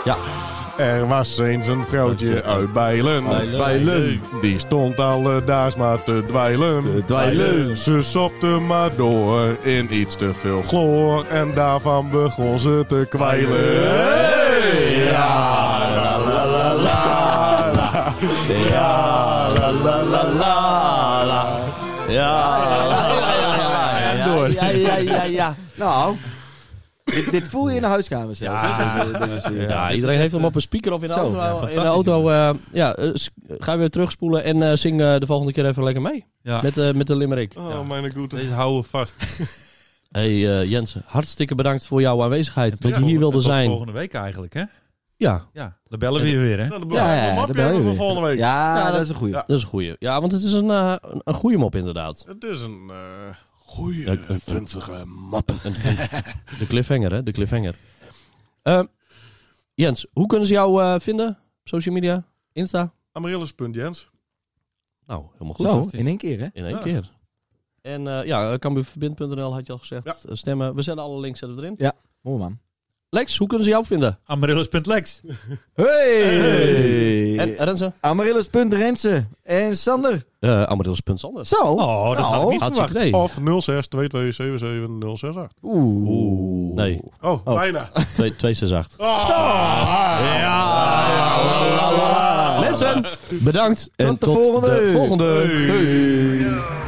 Speaker 5: Er was eens een vrouwtje uit Bijlen.
Speaker 1: Bijlen.
Speaker 5: Die stond alledaags maar te dweilen.
Speaker 1: Te dweilen.
Speaker 5: Ze sopte maar door in iets te veel chloor. En daarvan begon ze te kwijlen.
Speaker 1: Ja, la la la la la. Ja, la la la la la. Ja,
Speaker 2: En door.
Speaker 1: Ja, ja, ja, ja. Nou, dit, dit voel je in de huiskamer zelfs. hè? Dit is- dit is weer-
Speaker 2: Ja, iedereen heeft hem op een speaker of in de
Speaker 1: Zo,
Speaker 2: auto.
Speaker 1: ja,
Speaker 2: in de auto eh, ja, eh, s- ga weer terugspoelen en eh, zing eh, de volgende keer even lekker mee.
Speaker 4: Ja.
Speaker 2: Met, eh, met de Limerick.
Speaker 5: Oh, mijn goede.
Speaker 4: Deze houden we vast.
Speaker 2: Hey eh, Jens, hartstikke bedankt voor jouw aanwezigheid. Dat je
Speaker 5: Ja,
Speaker 2: hier wilde
Speaker 4: Tot
Speaker 2: zijn.
Speaker 4: volgende week eigenlijk, hè?
Speaker 2: Ja,
Speaker 4: Ja. Dan bellen we je weer, hè?
Speaker 5: Nou, dan
Speaker 1: Ja, ja,
Speaker 5: ja,
Speaker 1: daar
Speaker 5: mapje
Speaker 1: ben je
Speaker 5: hebben voor
Speaker 1: weer.
Speaker 5: volgende week.
Speaker 1: Ja,
Speaker 2: Ja,
Speaker 1: Nou, dat
Speaker 2: dat-
Speaker 1: is een goeie.
Speaker 5: Ja.
Speaker 2: dat is een goeie. Ja, want het is een, eh, een, een goeie mop inderdaad.
Speaker 5: Het is een eh goeie,
Speaker 2: Ja, ik- ik-
Speaker 5: vunzige map.
Speaker 2: De cliffhanger, hè? De cliffhanger. Eh, Jens, hoe kunnen ze jou eh, vinden? Social media? Insta?
Speaker 5: Amaryllis.jens.
Speaker 2: Nou, helemaal goed.
Speaker 1: Zo, in één keer, hè?
Speaker 2: In één
Speaker 5: Ja.
Speaker 2: keer. En eh ja, cambuurverbind.nl had je al gezegd.
Speaker 5: Ja.
Speaker 2: Eh, Stemmen. We zetten alle links zetten we erin.
Speaker 1: Mooi, man.
Speaker 2: Lex, hoe kunnen ze jou vinden?
Speaker 4: Amaryllis.lex.
Speaker 1: Hey!
Speaker 2: En Renze?
Speaker 1: Amaryllis.Rensen en Sander.
Speaker 2: Uh, Amaryllis.Sanders.
Speaker 1: Zo.
Speaker 4: Oh, dat had ik
Speaker 1: Nou.
Speaker 4: niet verwacht.
Speaker 2: Hartstikke idee.
Speaker 5: Of 06227706.
Speaker 1: Oeh.
Speaker 2: Nee,
Speaker 5: Oh, bijna.
Speaker 2: 2- 268.
Speaker 1: La, la, la.
Speaker 5: Ah,
Speaker 2: Mensen, bedankt. En
Speaker 1: Tot de
Speaker 2: tot
Speaker 1: volgende.
Speaker 2: de volgende.
Speaker 1: Hey.